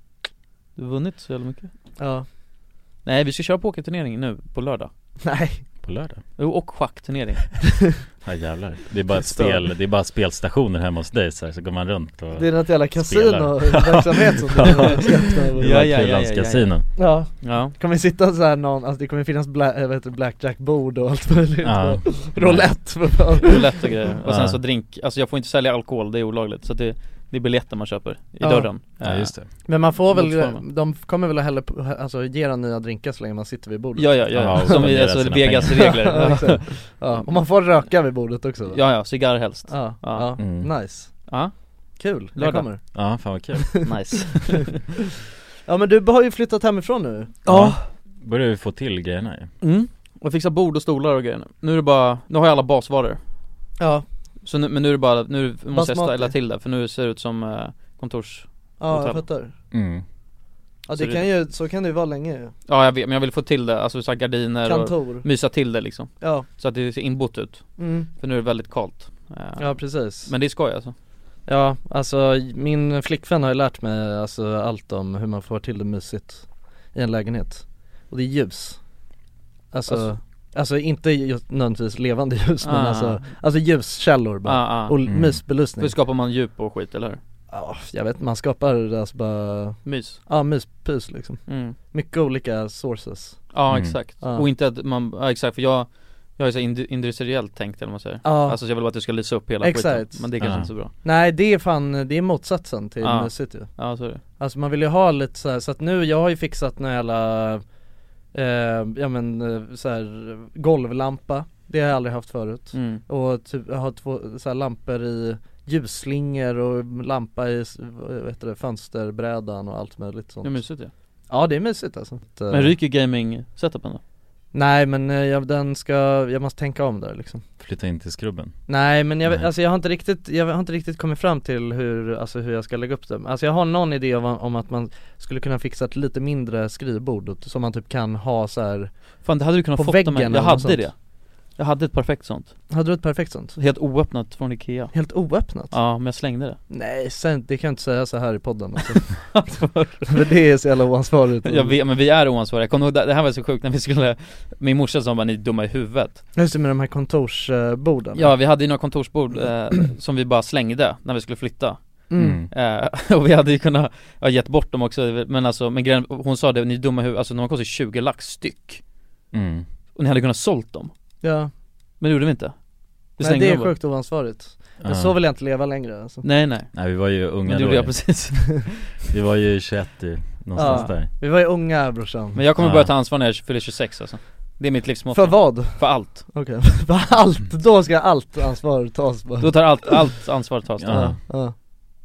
Speaker 5: Du har vunnit så jävla mycket
Speaker 3: Ja,
Speaker 5: Nej vi ska köra pokerturnering nu på lördag
Speaker 3: nej
Speaker 1: på lördag
Speaker 5: Jo och schackturnering
Speaker 1: Ja jävlar, det är bara ett
Speaker 3: Förstår.
Speaker 1: spel, det är bara spelstationer hemma hos dig så, här, så går man runt och
Speaker 3: Det är något jävla
Speaker 1: Spelar.
Speaker 3: kasinoverksamhet som du
Speaker 5: Ja,
Speaker 1: ja,
Speaker 5: ja, ja,
Speaker 1: ja,
Speaker 5: ja, ja.
Speaker 1: kasino
Speaker 3: Ja,
Speaker 5: Ja
Speaker 3: kommer sitta så här någon, alltså det kommer finnas bla, äh, vet du, blackjack-bord och allt möjligt
Speaker 1: Ja.
Speaker 3: Roulette vad fan.
Speaker 5: Roulette och grejer, och sen
Speaker 1: Ja.
Speaker 5: så drink, alltså jag får inte sälja alkohol, det är olagligt så att det, det är biljetter man köper i
Speaker 3: Ja.
Speaker 5: dörren
Speaker 1: Ja just det,
Speaker 3: Men man får väl,
Speaker 5: Motsvarande.
Speaker 3: de kommer väl att hälla, på- alltså ge en nya drinkar så länge man sitter vid bordet
Speaker 5: Ja ja, ja,
Speaker 1: Ja,
Speaker 5: ja.
Speaker 1: och
Speaker 5: som i
Speaker 1: spendera
Speaker 5: alltså
Speaker 1: sina
Speaker 5: Vegas
Speaker 1: pengar.
Speaker 5: regler
Speaker 3: Ja,
Speaker 5: ja.
Speaker 3: exakt. ja, och man får röka vid bordet också va?
Speaker 5: ja ja, cigarr helst
Speaker 3: Ja,
Speaker 5: Ja.
Speaker 3: ja.
Speaker 1: Mm.
Speaker 3: nice
Speaker 5: Ja,
Speaker 3: Kul, jag
Speaker 5: Lördag.
Speaker 3: kommer
Speaker 1: ja fan vad kul
Speaker 5: nice
Speaker 3: Ja men du har ju flyttat hemifrån nu
Speaker 5: Ja,
Speaker 1: Börjar vi få till grejerna ju
Speaker 5: mm. och fixa bord och stolar och grejer nu Nu är det bara, nu har jag alla basvaror
Speaker 3: Ja,
Speaker 5: Så nu, men nu är det bara, nu måste jag
Speaker 3: Basmati.
Speaker 5: styla till det för nu ser det ut som eh, kontors
Speaker 3: ja
Speaker 5: Hotell.
Speaker 3: jag fattar
Speaker 1: mm.
Speaker 3: Ja
Speaker 5: Så
Speaker 3: det
Speaker 5: det-
Speaker 3: kan ju, så kan det ju vara länge ju.
Speaker 5: Ja jag vet, men jag vill få till det, alltså så här gardiner och
Speaker 3: Kantor,
Speaker 5: mysa till det liksom
Speaker 3: ja,
Speaker 5: Så att det ser inbott ut,
Speaker 3: mm.
Speaker 5: för nu är det väldigt kallt Eh,
Speaker 3: ja precis
Speaker 5: Men det är skoj alltså
Speaker 3: Ja, alltså min flickvän har ju lärt mig alltså, allt om hur man får till det mysigt i en lägenhet Och det är ljus Alltså,
Speaker 5: Alltså-
Speaker 3: alltså, inte just nödvändigtvis levande ljus men
Speaker 5: Ah.
Speaker 3: alltså, alltså ljuskällor bara
Speaker 5: ah, ah.
Speaker 3: Och
Speaker 1: Mm.
Speaker 5: För
Speaker 3: mysbelysning
Speaker 5: skapar man djup och skit, eller hur?
Speaker 3: Ja, jag vet man skapar alltså bara,
Speaker 5: Mys
Speaker 3: ja myspys liksom
Speaker 5: mm.
Speaker 3: Mycket olika sources Ah.
Speaker 5: Ja
Speaker 1: Mm.
Speaker 5: exakt,
Speaker 3: Ja.
Speaker 5: och inte att man, ja, exakt för jag Jag är så indu- industriellt tänkt eller vad man säger
Speaker 3: Ja.
Speaker 5: Alltså så jag vill bara att du ska lysa upp hela
Speaker 3: Exakt.
Speaker 5: skiten Men det är kanske
Speaker 1: Ja.
Speaker 5: inte så bra
Speaker 3: Nej det är fan, det är motsatsen till
Speaker 5: Ja.
Speaker 3: ah. city
Speaker 5: Ja så är det
Speaker 3: Alltså man vill ju ha lite så här, så att nu, jag har ju fixat några jävla eh, Ja men eh, så här, golvlampa Det har jag aldrig haft förut
Speaker 5: mm.
Speaker 3: Och typ, jag har två så här, lampor i ljusslingor och lampa i s- vad heter det, fönsterbrädan och allt möjligt sånt
Speaker 5: Det är mysigt ja
Speaker 3: Ja det är mysigt alltså
Speaker 5: Men ryker gaming-setupen då?
Speaker 3: Nej men eh, jag, den ska, jag måste tänka om där liksom
Speaker 1: Flytta in till skrubben.
Speaker 3: Nej men jag,
Speaker 1: Nej.
Speaker 3: Alltså, jag har inte riktigt, jag har inte riktigt kommit fram till hur, alltså hur jag ska lägga upp det Alltså jag har någon idé om, om att man skulle kunna fixa ett lite mindre skrivbord och- som man typ kan ha så här.
Speaker 5: Fan det hade du kunnat
Speaker 3: På
Speaker 5: fått
Speaker 3: väggen
Speaker 5: dem jag
Speaker 3: eller något
Speaker 5: hade
Speaker 3: sånt.
Speaker 5: det Jag hade ett perfekt sånt,
Speaker 3: hade du ett perfekt sånt?
Speaker 5: helt oöppnat från Ikea
Speaker 3: Helt oöppnat?
Speaker 5: Ja men jag slängde det
Speaker 3: Nej sen, det kan jag inte säga så här i podden alltså. För det är så jävla oansvarigt
Speaker 5: Jag vet, men vi är oansvariga, jag kommer ihåg, det det här var så sjukt när vi skulle Min morsa sa bara ni är dumma i huvudet
Speaker 3: Just det med de här kontorsborden
Speaker 5: Ja vi hade ju några kontorsbord eh, som vi bara slängde när vi skulle flytta
Speaker 3: mm.
Speaker 5: eh, Och vi hade ju kunnat, ja gett bort dem också men alltså, men grejen, hon sa det, ni är dumma i huvudet, alltså de kostar 20 lax styck
Speaker 1: Mm.
Speaker 5: Och ni hade kunnat sålt dem,
Speaker 3: Ja,
Speaker 5: men det gjorde vi inte Vi
Speaker 3: nej det
Speaker 5: dem
Speaker 3: är
Speaker 5: bara.
Speaker 3: sjukt oansvarigt Men
Speaker 1: Ja.
Speaker 3: så vill jag inte leva längre alltså.
Speaker 5: Nej nej,
Speaker 1: Nej vi var ju unga
Speaker 5: men det
Speaker 1: då
Speaker 5: gjorde jag
Speaker 1: ju.
Speaker 5: precis
Speaker 1: Vi var ju 21 i- någonstans
Speaker 3: Ja.
Speaker 1: där
Speaker 3: Vi var ju unga brorsan
Speaker 5: Men jag kommer
Speaker 1: Ja.
Speaker 5: börja ta ansvar när jag fyller 26 alltså Det är mitt livsmotto,
Speaker 3: För
Speaker 5: för,
Speaker 3: vad?
Speaker 5: allt
Speaker 3: Okej, för allt, då ska allt ansvar tas bara
Speaker 5: Då tar allt, allt ansvar tas då.
Speaker 1: Ja.
Speaker 3: Ja,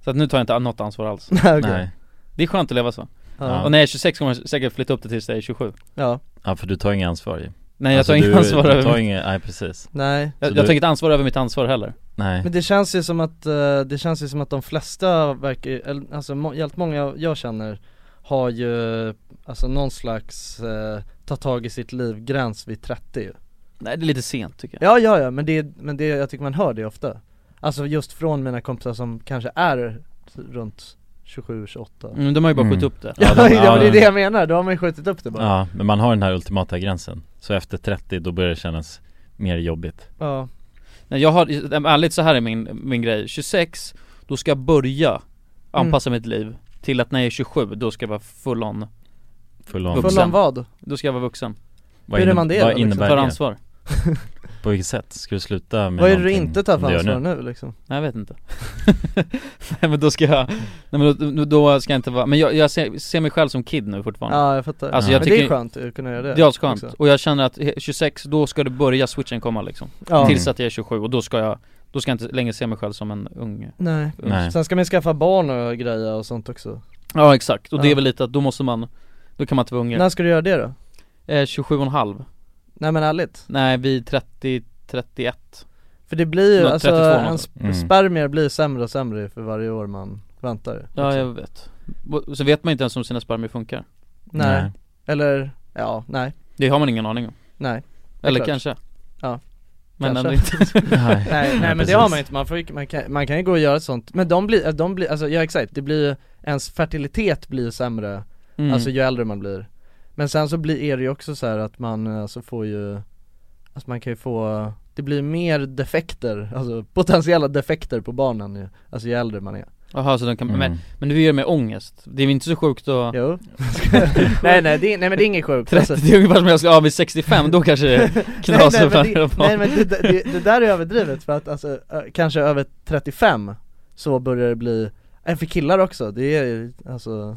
Speaker 5: Så att nu tar jag inte något ansvar alls
Speaker 3: nej okej
Speaker 1: Nej,
Speaker 5: Det är skönt att leva så
Speaker 3: ja.
Speaker 5: Och när jag är 26 kommer jag säkert flytta upp det tills jag är 27
Speaker 3: ja,
Speaker 1: ja för du tar inget ansvar ju
Speaker 5: Nej jag
Speaker 1: Alltså,
Speaker 5: tar inget
Speaker 1: du,
Speaker 5: ansvar
Speaker 1: du tar
Speaker 5: över mitt,
Speaker 1: inget, nej precis
Speaker 3: nej
Speaker 5: jag,
Speaker 1: så
Speaker 5: jag
Speaker 1: du-
Speaker 5: tar inget ansvar över mitt ansvar heller
Speaker 1: Nej
Speaker 3: Men det känns ju som att, eh, det känns ju som att de flesta verkar, eller, alltså må, helt många jag känner har ju alltså någon slags eh, ta tag i sitt liv gräns vid 30 ju.
Speaker 5: Nej det är lite sent tycker jag
Speaker 3: Ja ja ja men det, men det, jag tycker man hör det ofta Alltså just från mina kompisar som kanske är runt 27-28
Speaker 5: mm, De har ju bara
Speaker 1: Mm.
Speaker 5: skjutit upp det
Speaker 3: Ja,
Speaker 1: de-
Speaker 3: ja,
Speaker 1: ja,
Speaker 3: men det är
Speaker 1: de-
Speaker 3: det jag menar, då har man ju skjutit upp det bara Ja,
Speaker 1: Ja, men man har den här ultimata gränsen Så efter 30 då börjar det kännas mer jobbigt
Speaker 3: ja.
Speaker 5: Nej, jag har, äm, ärligt så här är min, min grej, 26, då ska jag
Speaker 3: Mm.
Speaker 5: börja anpassa mitt liv till att när jag är 27, då ska jag vara full on,
Speaker 1: Full on.
Speaker 5: Vuxen.
Speaker 3: Full om vad?
Speaker 5: då ska jag vara vuxen,
Speaker 1: Vad
Speaker 3: Hur är
Speaker 1: inne-
Speaker 3: man det
Speaker 1: Vad
Speaker 3: då, liksom?
Speaker 5: ta
Speaker 1: innebär det?
Speaker 5: ansvar
Speaker 1: På vilket sätt? Ska du sluta med
Speaker 3: Vad är det du
Speaker 1: någonting
Speaker 3: inte tar för
Speaker 1: gör
Speaker 3: ansvar
Speaker 1: nu?
Speaker 3: nu liksom?
Speaker 5: Nej jag vet inte Nej men då ska jag, nej men då, då- då ska jag inte vara, men jag, jag ser, ser mig själv som kid nu fortfarande
Speaker 3: Ja jag fattar,
Speaker 5: Alltså,
Speaker 1: jag
Speaker 3: men det är
Speaker 5: tycker-
Speaker 3: skönt att kunna göra det
Speaker 5: Det är skönt,
Speaker 3: också.
Speaker 5: och jag känner att he- 26, då ska det börja switchen komma liksom
Speaker 3: ja.
Speaker 5: Tills att jag är 27 och då ska jag, då ska jag inte längre se mig själv som en ung
Speaker 3: Nej.
Speaker 1: Nej.
Speaker 3: Sen ska man ju skaffa barn och grejer och sånt också
Speaker 5: Ja exakt, och det
Speaker 3: Ja.
Speaker 5: är väl lite att då måste man, då kan man inte vara unge
Speaker 3: När ska du göra det då?
Speaker 5: eh, 27 och en halv
Speaker 3: Nej men ärligt,
Speaker 5: Nej vi 30, 31
Speaker 3: för det blir ju
Speaker 5: Nå-
Speaker 3: alltså,
Speaker 5: 32
Speaker 3: en
Speaker 5: något.
Speaker 3: sp-
Speaker 1: Mm.
Speaker 3: spermier blir sämre och sämre för varje år man väntar liksom.
Speaker 5: Ja jag vet Och Så vet man inte ens om sina spermier funkar
Speaker 3: nej. eller ja, nej,
Speaker 5: Det har man ingen aning om,
Speaker 3: nej
Speaker 5: eller
Speaker 3: klart.
Speaker 5: kanske
Speaker 3: Ja.
Speaker 5: Men
Speaker 3: Kanske.
Speaker 5: ändå inte
Speaker 1: Nej,
Speaker 3: Nej, nej men det
Speaker 1: precis.
Speaker 3: har man ju inte, man, får, ju- man, kan, man kan ju gå och göra ett sånt Men de blir, de blir alltså ja exakt, det blir ju, ens fertilitet blir ju sämre,
Speaker 5: mm.
Speaker 3: alltså ju äldre man blir Men sen så blir, är det ju också så här att man eh, alltså får ju, alltså man kan ju få, det blir mer defekter, alltså potentiella defekter på barnen ju, alltså ju äldre man är
Speaker 5: Jaha så de kan, men,
Speaker 1: Mm.
Speaker 5: men du gör med ångest, det är väl inte så sjukt att
Speaker 3: Jo Nej nej, det, är- nej men det är inget sjukt alltså.
Speaker 5: 30, det är ungefär som jag skulle, ja vid 65 då kanske
Speaker 2: Eh,
Speaker 5: det knasar
Speaker 3: nej, men,
Speaker 5: för
Speaker 3: det, nej men det, det, det där är överdrivet för att alltså, ö, kanske över 35 så börjar det bli,
Speaker 7: eh,
Speaker 3: äh, för killar också, det är ju, alltså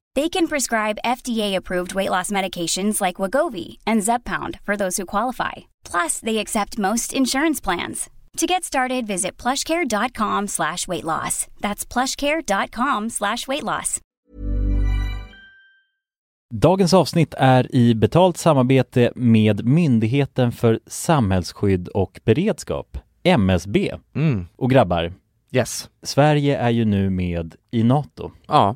Speaker 8: They can prescribe FDA-approved weight loss medications like Wagovi and Zepbound for those who qualify. Plus, they accept most insurance plans. To get started, visit plushcare.com slash weight loss. That's plushcare.com slash weight loss.
Speaker 1: Dagens avsnitt är i betalt samarbete med Myndigheten för samhällsskydd och beredskap, MSB.
Speaker 7: Mm.
Speaker 1: Och grabbar,
Speaker 7: Yes.
Speaker 1: Sverige är ju nu med i NATO.
Speaker 7: Ja.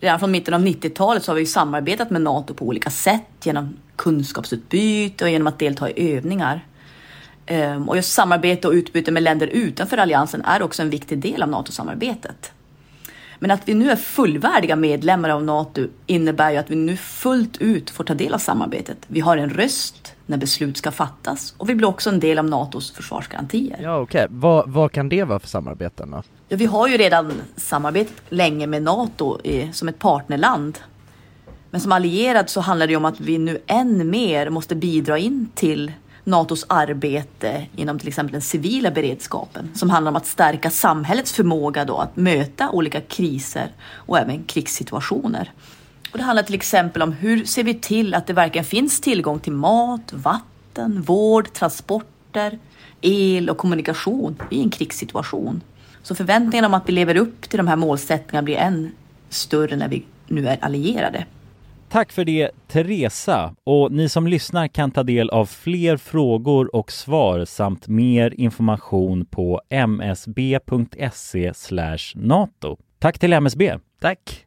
Speaker 9: Redan från mitten av 90-talet så har vi ju samarbetat med NATO på olika sätt genom kunskapsutbyte och genom att delta i övningar. Ehm, Och just samarbete och utbyte med länder utanför alliansen är också en viktig del av NATO-samarbetet. Men att vi nu är fullvärdiga medlemmar av NATO innebär ju att vi nu fullt ut får ta del av samarbetet. Vi har en röst när beslut ska fattas och vi blir också en del av NATOs försvarsgarantier.
Speaker 7: Ja okej, vad, vad kan det vara för samarbeten då?
Speaker 9: Ja, vi har ju redan samarbetat länge med NATO i, som ett partnerland. Men som allierad så handlar det ju om att vi nu än mer måste bidra in till NATOs arbete inom till exempel den civila beredskapen som handlar om att stärka samhällets förmåga då att möta olika kriser och även krigssituationer. Och det handlar till exempel om hur ser vi till att det verkligen finns tillgång till mat, vatten, vård, transporter, el och kommunikation i en krigssituation. Så förväntningarna om att vi lever upp till de här målsättningarna blir än större när vi nu är allierade.
Speaker 1: Tack för det Teresa och ni som lyssnar kan ta del av fler frågor och svar samt mer information på msb.se E nato. Tack till MSB!
Speaker 7: Tack!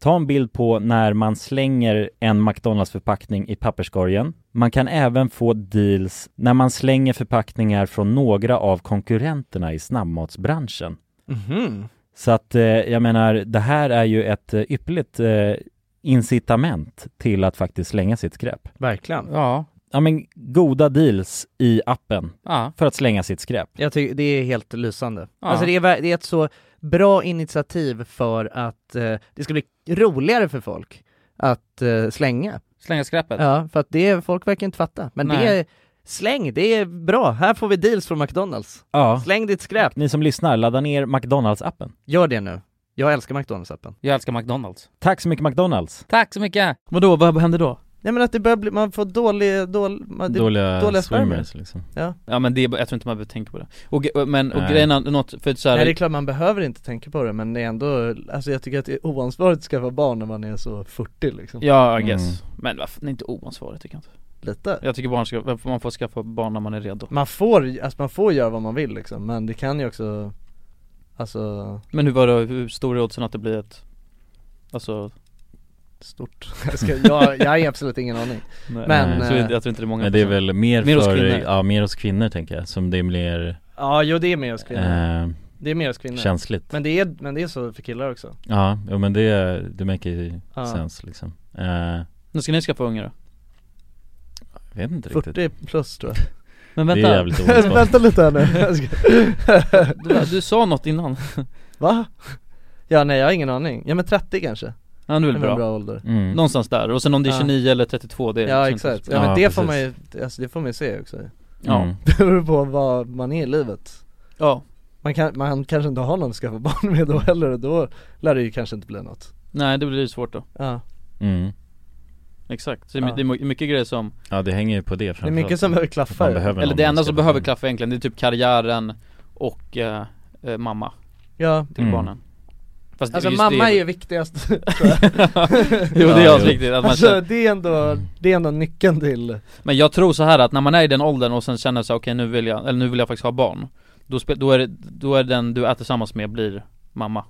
Speaker 1: ta en bild på när man slänger en McDonalds-förpackning i papperskorgen. Man kan även få deals när man slänger förpackningar från några av konkurrenterna i snabbmatsbranschen.
Speaker 7: Mhm.
Speaker 1: Så att eh, jag menar, det här är ju ett eh, ypperligt eh, incitament till att faktiskt slänga sitt skräp.
Speaker 7: Verkligen.
Speaker 1: Ja. Ja men goda deals i appen
Speaker 7: Ja.
Speaker 1: för att slänga sitt skräp.
Speaker 7: Jag tycker det är helt lysande.
Speaker 1: Ja.
Speaker 7: Alltså det är, ver- det är ett så bra initiativ för att eh, det ska bli roligare för folk att eh, slänga.
Speaker 2: Slänga skräpet?
Speaker 7: Ja, för att det, folk verkar inte fatta. Men det
Speaker 2: Nej.
Speaker 7: är, släng, det är bra. Här får vi deals från McDonalds.
Speaker 1: Ja.
Speaker 7: Släng ditt skräp.
Speaker 1: Ni som lyssnar, ladda ner McDonalds-appen.
Speaker 7: Gör det nu. Jag älskar McDonalds-appen.
Speaker 2: Jag älskar McDonalds.
Speaker 1: Tack så mycket McDonalds!
Speaker 2: Tack så mycket!
Speaker 7: Vadå, vad händer då? Nej men att det börjar bli, man får dålig, dålig, man, det-
Speaker 2: Dåliga
Speaker 7: dåliga
Speaker 2: swimmers,
Speaker 7: spermier.
Speaker 1: liksom.
Speaker 7: Ja.
Speaker 2: Ja men det, är- jag tror inte man behöver tänka på det. Och, ge- men, och
Speaker 7: Nej.
Speaker 2: grejen är något, för att så här,
Speaker 7: Nej,
Speaker 3: Det är klart man behöver inte tänka på det men det är ändå, alltså jag tycker att det är oansvarigt att skaffa barn när man är så 40 liksom
Speaker 10: Mm.
Speaker 2: Ja, I guess. Men varför, det är inte oansvarigt tycker jag inte.
Speaker 3: lite
Speaker 5: Jag tycker barn ska, man får skaffa barn när man är redo
Speaker 3: Man får, alltså man får göra vad man vill liksom, men det kan ju också Alltså
Speaker 5: Men hur var det, hur stor är oddsen att det blir ett Alltså
Speaker 3: Stort Jag, ska, jag, jag har absolut ingen aning
Speaker 5: Nej.
Speaker 3: Men
Speaker 5: Nej,
Speaker 3: eh,
Speaker 5: jag tror inte- jag tror inte det är många
Speaker 10: Men det är
Speaker 5: personer.
Speaker 10: väl mer,
Speaker 5: Mer hos
Speaker 10: för,
Speaker 5: kvinnor.
Speaker 10: ja mer hos kvinnor tänker jag, som det är mer
Speaker 3: Ja, jo det är mer hos kvinnor
Speaker 10: Eh,
Speaker 3: Det är mer hos kvinnor
Speaker 10: Känsligt
Speaker 3: Men det är, men det är så för killar också
Speaker 10: Ja, jo, men det, det make ju
Speaker 3: Ja.
Speaker 10: sense liksom eh,
Speaker 5: Nu ska ni skaffa ungar då?
Speaker 10: Jag vet inte riktigt
Speaker 3: 40 plus tror jag
Speaker 5: Men
Speaker 10: Det är
Speaker 5: vänta
Speaker 10: jävligt ointressant.
Speaker 3: Vänta lite här nu Jag ska-
Speaker 5: du, du sa något innan
Speaker 3: Va? Ja nej jag har ingen aning, ja men 30 kanske
Speaker 5: Ja nu är
Speaker 3: Det
Speaker 5: det
Speaker 3: var
Speaker 5: bra,
Speaker 3: en bra ålder.
Speaker 5: Mm. Någonstans där, och sen om det är
Speaker 3: Ja.
Speaker 5: 29 eller 32 det är
Speaker 3: Ja
Speaker 5: liksom inte så-
Speaker 3: exakt, ja men det får man ju, alltså det får man ju se också
Speaker 5: Ja. Mm.
Speaker 3: Det beror på vad man är i livet
Speaker 5: Ja
Speaker 3: Man, kan, man kanske inte har någon att skaffa barn med då heller och då lär det ju kanske inte bli något
Speaker 5: Nej det blir ju svårt då
Speaker 3: Ja
Speaker 10: mm.
Speaker 5: Exakt, så det är
Speaker 3: Ja.
Speaker 5: my- det är my- mycket grejer som
Speaker 10: Ja det hänger ju på det framförallt
Speaker 5: mycket
Speaker 3: som behöver
Speaker 10: Att
Speaker 3: klaffa
Speaker 10: man
Speaker 3: ju.
Speaker 10: behöver
Speaker 5: Eller
Speaker 10: någon
Speaker 5: det enda
Speaker 10: man
Speaker 5: som
Speaker 10: ska-
Speaker 5: behöver klaffa egentligen, det är typ karriären och eh, eh, mamma
Speaker 3: Ja.
Speaker 5: Till
Speaker 3: Mm.
Speaker 5: barnen Fast det-
Speaker 3: Alltså
Speaker 5: just
Speaker 3: mamma
Speaker 5: det,
Speaker 3: är ju viktigast tror jag.
Speaker 5: Jo, det är Ja, asviktigt jo. att man
Speaker 3: Alltså
Speaker 5: känner-
Speaker 3: det är ändå, det är ändå nyckeln till
Speaker 5: Men jag tror så här att när man är i den åldern och sen känner så här, okej nu vill jag, eller nu vill jag faktiskt ha barn Då, spe, då, är, det, då är den du är tillsammans med blir mamma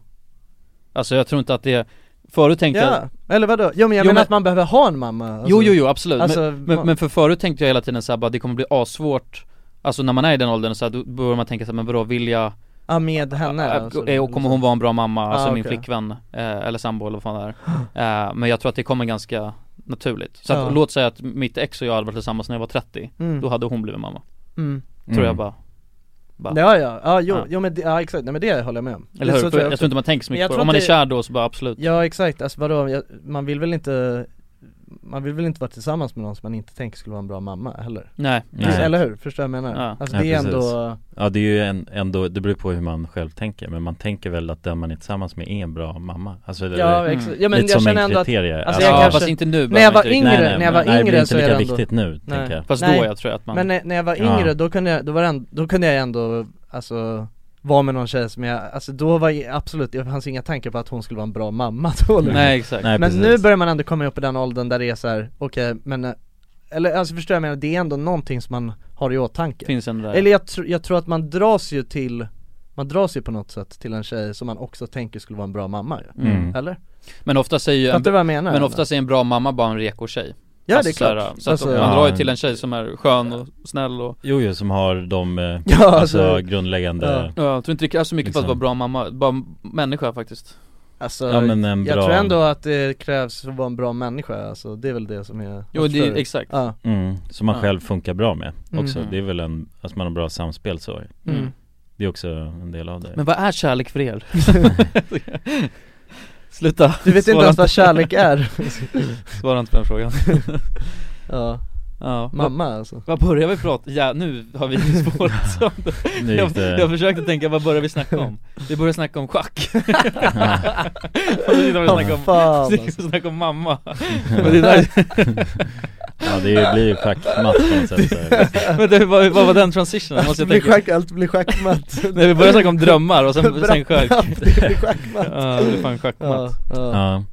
Speaker 5: Alltså jag tror inte att det Förut tänkte jag
Speaker 3: Ja, eller vadå? Jo men jag
Speaker 5: Jo,
Speaker 3: menar
Speaker 5: men-
Speaker 3: att man behöver ha en mamma alltså.
Speaker 5: Jo jo jo absolut,
Speaker 3: Alltså,
Speaker 5: men, men,
Speaker 3: man-
Speaker 5: men för förut tänkte jag hela tiden såhär bara det kommer bli assvårt Alltså när man är i den åldern så här, då börjar man tänka såhär men vadå vill jag
Speaker 3: Ja med henne
Speaker 5: Äh,
Speaker 3: alltså.
Speaker 5: eh, och kommer hon vara en bra mamma, alltså
Speaker 3: Ah,
Speaker 5: min
Speaker 3: okej. Ah.
Speaker 5: flickvän eh, eller sambo eller vad fan det är eh, Men jag tror att det kommer ganska naturligt Så att,
Speaker 3: Ja.
Speaker 5: låt säga att mitt ex och jag hade varit tillsammans när jag var 30
Speaker 3: Ah. Mm.
Speaker 5: Då hade hon blivit mamma
Speaker 3: Mm.
Speaker 5: Tror
Speaker 3: Mm.
Speaker 5: jag bara, bara
Speaker 3: Ja ja, ja jo,
Speaker 5: Ja.
Speaker 3: jo men det, ja exakt, nej men det håller jag med om
Speaker 5: Eller
Speaker 3: Det-
Speaker 5: hur?
Speaker 3: så
Speaker 5: För jag
Speaker 3: också.
Speaker 5: tror inte man tänker så mycket
Speaker 3: Men jag
Speaker 5: på det.
Speaker 3: tror
Speaker 5: Om man
Speaker 3: att
Speaker 5: är kär då så bara absolut
Speaker 3: Ja exakt, alltså vadå, jag, man vill väl inte man vill väl inte vara tillsammans med någon som man inte tänker skulle vara en bra mamma heller?
Speaker 5: Nej.
Speaker 10: Nej.
Speaker 3: Eller hur? Förstår jag vad jag menar?
Speaker 5: Ja.
Speaker 3: Alltså
Speaker 10: Ja,
Speaker 3: det är
Speaker 10: precis.
Speaker 3: ändå
Speaker 10: Ja det är ju en, ändå, det beror på hur man själv tänker Men man tänker väl att den man är tillsammans med är en bra mamma Alltså det
Speaker 3: Ja,
Speaker 10: är
Speaker 3: ex-
Speaker 5: Mm.
Speaker 3: ja, men
Speaker 10: lite
Speaker 3: jag
Speaker 10: som
Speaker 3: känner
Speaker 10: en
Speaker 3: ändå att-
Speaker 10: kriterie
Speaker 3: alltså, jag kanske- Mm. Fast inte nu när jag var yngre- när jag var
Speaker 10: nej, det blir
Speaker 3: yngre
Speaker 10: inte
Speaker 3: så är
Speaker 10: lika
Speaker 3: det ändå-
Speaker 10: viktigt nu
Speaker 3: Nej.
Speaker 10: tänker jag
Speaker 5: Fast då
Speaker 3: Nej.
Speaker 5: jag tror att man
Speaker 3: Men när, när jag var
Speaker 10: Ja.
Speaker 3: yngre då kunde jag, då, var det ändå, då kunde jag ändå, alltså vara med någon tjej som jag, alltså då var jag, absolut, det fanns inga tankar på att hon skulle vara en bra mamma då liksom.
Speaker 5: Nej, exakt. Nej,
Speaker 3: Men
Speaker 5: precis.
Speaker 3: nu börjar man ändå komma upp i den åldern där det är så här, okej men, eh, eller alltså förstår jag, jag menar, det är ändå någonting som man har i åtanke
Speaker 5: Finns ändå där.
Speaker 3: Eller jag, tr- jag tror att man dras ju till, man dras ju på något sätt till en tjej som man också tänker skulle vara en bra mamma ju,
Speaker 5: Mm.
Speaker 3: eller?
Speaker 5: Men ofta säger ju en,
Speaker 3: Fattar du vad jag menar?
Speaker 5: Men ofta säger en bra mamma bara en reko tjej
Speaker 3: Ja,
Speaker 5: Alltså
Speaker 3: det är klart.
Speaker 5: såhär, Så,
Speaker 3: Alltså-
Speaker 5: att man drar ju
Speaker 10: Ja.
Speaker 5: till en tjej som är skön och snäll och
Speaker 10: Jo jo, som har de, eh,
Speaker 5: Ja,
Speaker 10: alltså,
Speaker 5: alltså-
Speaker 10: grundläggande
Speaker 5: Ja, jag tror inte det krävs så mycket för att vara
Speaker 10: Liksom.
Speaker 5: bra mamma, bara människa faktiskt
Speaker 3: Alltså,
Speaker 10: Ja, men en
Speaker 3: jag
Speaker 10: bra-
Speaker 3: tror ändå att eh, det krävs för att vara en bra människa, alltså det är väl det som är
Speaker 5: Jo, det är-
Speaker 3: förstår du?
Speaker 5: exakt.
Speaker 3: ja.
Speaker 10: mm, Som man
Speaker 5: Ja.
Speaker 10: själv funkar bra med också
Speaker 5: Mm.
Speaker 10: Det är väl en, alltså man har bra samspel så
Speaker 5: Mm.
Speaker 10: Det är också en del av det
Speaker 5: Men vad är kärlek för er? Sluta
Speaker 3: Du vet inte
Speaker 5: Svara
Speaker 3: ens vad kärlek är.
Speaker 5: Svara inte på den frågan
Speaker 3: Ja,
Speaker 5: ja.
Speaker 3: Mamma,
Speaker 5: vad,
Speaker 3: alltså.
Speaker 5: Vad börjar vi prata, ja nu har vi spårat sönder
Speaker 3: Nu gick
Speaker 5: jag,
Speaker 3: det-
Speaker 5: jag försökte tänka, vad börjar vi snacka om? Vi börjar snacka om schack Och så sitter vi och
Speaker 10: Åh,
Speaker 5: snackar om,
Speaker 10: fan,
Speaker 5: sitter vi och
Speaker 10: alltså.
Speaker 5: snackar om mamma Men det där
Speaker 10: Ja det är- blir ju schackmatt på något sätt så här, liksom.
Speaker 5: Men det, vad, vad var den transitionen? Måste
Speaker 3: Allt
Speaker 5: jag
Speaker 3: blir
Speaker 5: tänka
Speaker 3: schack, allt blir schackmatt
Speaker 5: Nej vi började snacka om drömmar och sen,
Speaker 3: Bra-
Speaker 5: sen schack
Speaker 3: bra, det blir schackmatt.
Speaker 5: Ja det blir fan schackmatt
Speaker 3: Ja, ja. Ja.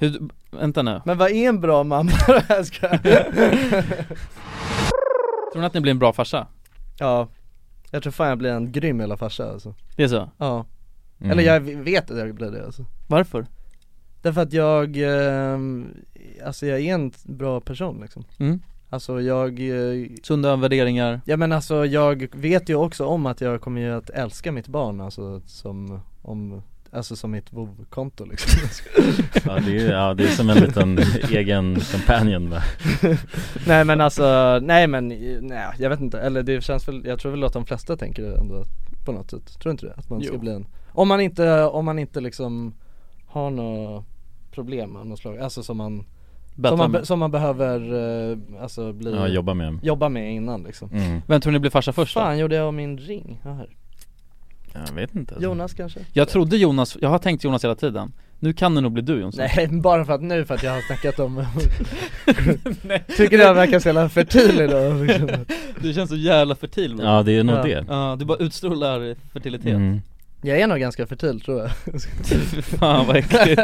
Speaker 5: Hur, vänta nu
Speaker 3: Men vad är en bra mamma då? Jag ska...
Speaker 5: Tror ni att ni blir en bra farsa?
Speaker 3: Ja, jag tror fan jag blir en grym jävla farsa alltså
Speaker 5: Det är så?
Speaker 3: Ja,
Speaker 5: Mm.
Speaker 3: eller jag vet att jag blir det alltså
Speaker 5: Varför?
Speaker 3: Därför att jag, ehm, alltså jag är en bra person liksom
Speaker 5: Mm.
Speaker 3: Alltså jag eh,
Speaker 5: Sunda värderingar
Speaker 3: Ja men alltså jag vet ju också om att jag kommer ju att älska mitt barn alltså som, om, alltså som mitt vovkonto liksom
Speaker 10: Ja det är, ja, det är som en liten egen companion va?
Speaker 3: Nej men alltså, nej men, eh, nej jag vet inte, eller det känns väl, jag tror väl att de flesta tänker det ändå på något sätt, tror inte det? Att man ska
Speaker 5: Jo.
Speaker 3: bli en, om man inte, om man inte liksom har några problem av något slag, alltså som man
Speaker 5: Battlar
Speaker 3: som man,
Speaker 5: med.
Speaker 3: be- som man behöver, eh, alltså bli
Speaker 10: Ja, jobba med.
Speaker 3: Jobba med innan liksom
Speaker 10: Mm.
Speaker 5: Vem tror ni blir farsa först då?
Speaker 3: Fan gjorde jag av min ring? Ja, här.
Speaker 10: Jag vet inte alltså.
Speaker 3: Jonas kanske?
Speaker 5: Jag trodde Jonas, jag har tänkt Jonas hela tiden Nu kan det nog bli du Jonsson
Speaker 3: Nej, bara för att nu för att jag har snackat om Tycker jag verkar så jävla fertil idag liksom.
Speaker 5: Du känns så jävla fertil man.
Speaker 10: Ja, det är nog Ja. det.
Speaker 5: Ja, du bara utstrålar fertilitet
Speaker 10: Mm.
Speaker 3: Jag är nog ganska fertil tror jag
Speaker 5: Fan vad äckligt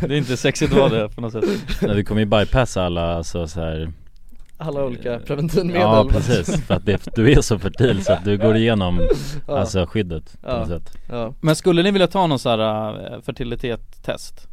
Speaker 5: Det är inte sexigt att vara det på något sätt
Speaker 10: Nej, vi kommer ju bypassa alla alltså, så här
Speaker 11: alla olika preventivmedel
Speaker 1: Ja precis, för att det, du är så fertil så att du går igenom
Speaker 11: Ja.
Speaker 1: alltså skyddet på
Speaker 11: Ja.
Speaker 1: något sätt
Speaker 11: Ja.
Speaker 5: Men skulle ni vilja ta någon sån här eh, fertilitetstest?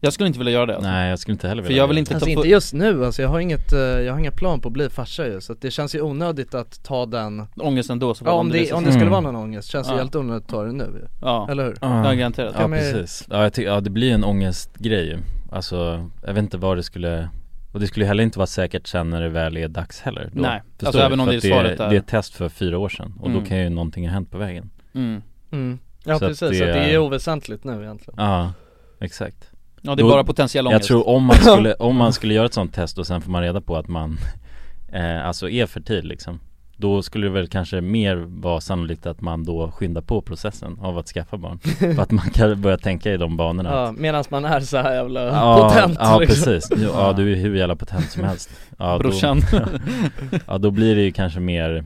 Speaker 5: Jag skulle inte vilja göra det alltså.
Speaker 1: Nej jag skulle inte heller
Speaker 5: För
Speaker 1: vilja
Speaker 5: jag vill inte
Speaker 1: göra
Speaker 5: ta
Speaker 3: Alltså
Speaker 5: på-
Speaker 3: inte just nu alltså, jag har inget, eh, jag har inga plan på att bli farsa ju så att det känns ju onödigt att ta den
Speaker 5: Ångesten då så
Speaker 3: Ja
Speaker 5: var
Speaker 3: om
Speaker 5: det
Speaker 3: det,
Speaker 5: liksom-
Speaker 3: om det skulle
Speaker 5: Mm.
Speaker 3: vara någon ångest känns det
Speaker 5: Ja.
Speaker 3: ju helt onödigt att ta den nu ju.
Speaker 5: Ja.
Speaker 3: Eller hur?
Speaker 5: Ja, garanterat.
Speaker 1: Ah. Ja,
Speaker 3: Kan man ju-
Speaker 1: precis, ja, jag ty- ja det blir ju en ångestgrej ju. Alltså jag vet inte vad det skulle och det skulle heller inte vara säkert sen när det väl är dags heller då.
Speaker 5: Nej,
Speaker 1: Förstår
Speaker 5: alltså
Speaker 1: du?
Speaker 5: även om
Speaker 1: För
Speaker 5: det
Speaker 1: att
Speaker 5: är svaret
Speaker 1: det
Speaker 5: där.
Speaker 1: är ett test för fyra år sedan och
Speaker 5: Mm.
Speaker 1: då kan ju någonting ha hänt på vägen
Speaker 5: Mm.
Speaker 3: Mm. Ja
Speaker 1: Så att
Speaker 3: precis, så att det är oväsentligt nu egentligen
Speaker 1: Ja, exakt
Speaker 5: Ja, det är bara potentiell
Speaker 1: Jag
Speaker 5: ångest.
Speaker 1: tror om man skulle, om man skulle göra ett sånt test och sen får man reda på att man eh, Alltså är fertil liksom Då skulle det väl kanske mer vara sannolikt att man då skyndar på processen av att skaffa barn För att man kan börja tänka i de banorna
Speaker 11: Ja, medan man är så här jävla
Speaker 1: Ja,
Speaker 11: potent
Speaker 1: ja
Speaker 11: liksom.
Speaker 1: precis, ja, du är hur jävla potent som helst ja,
Speaker 5: Brorsan.
Speaker 1: då, ja då blir det ju kanske mer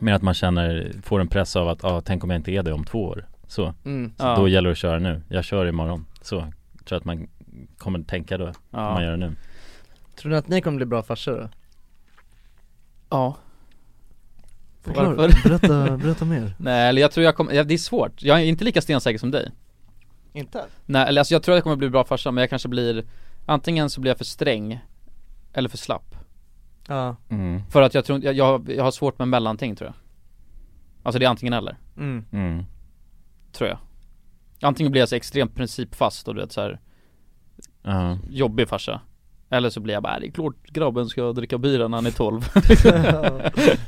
Speaker 1: Mer att man känner, får en press av att ja, tänk om jag inte är det om två år Så,
Speaker 5: Mm.
Speaker 1: så
Speaker 5: Ja.
Speaker 1: då gäller det att köra nu, jag kör imorgon Så, tror jag att man kommer tänka då,
Speaker 5: Ja.
Speaker 1: om man gör det nu
Speaker 3: Tror ni att ni kommer bli bra farsor då?
Speaker 5: Ja
Speaker 3: Förklara.
Speaker 5: Varför?
Speaker 3: Berätta- berätta mer.
Speaker 5: Nej eller jag tror jag kommer, ja, det är svårt, jag är inte lika stensäker som dig
Speaker 3: Inte?
Speaker 5: Nej eller alltså jag tror jag kommer bli bra farsa men jag kanske blir Antingen så blir jag för sträng Eller för slapp
Speaker 3: Ja.
Speaker 1: Mm.
Speaker 5: För att jag tror jag, jag, jag har svårt med mellanting tror jag Alltså det är antingen eller
Speaker 3: Mm.
Speaker 1: Mm.
Speaker 5: Tror jag Antingen blir jag så extremt principfast och du vet så här
Speaker 1: Ja.
Speaker 5: Jobbig farsa Eller så blir jag bara, "Äh, det är klart grabben ska dricka bira när han är 12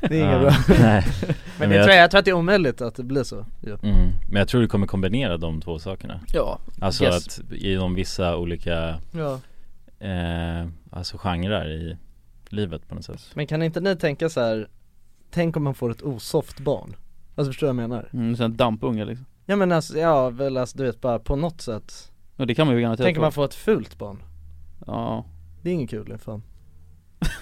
Speaker 3: Det är inget bra
Speaker 1: Nej.
Speaker 3: Men
Speaker 1: Men
Speaker 3: det
Speaker 1: jag-
Speaker 3: tror jag, jag tror att det är omöjligt att det blir så ju.
Speaker 1: Mm. Men jag tror du kommer kombinera de två sakerna
Speaker 3: Ja.
Speaker 1: Alltså
Speaker 3: Yes.
Speaker 1: att genom vissa olika
Speaker 3: Ja.
Speaker 1: eh, Alltså genrer i livet på något sätt
Speaker 3: Men kan inte ni tänka så här? tänk om man får ett osoft barn? Alltså förstår du vad jag menar?
Speaker 5: mm, Sen dampunge liksom
Speaker 3: Ja men alltså, ja väl alltså du vet bara på något sätt
Speaker 5: Och det kan man ju garanterat
Speaker 3: Tänk om
Speaker 5: få.
Speaker 3: man får ett fult barn?
Speaker 5: Ja
Speaker 3: Det är inget kul i fan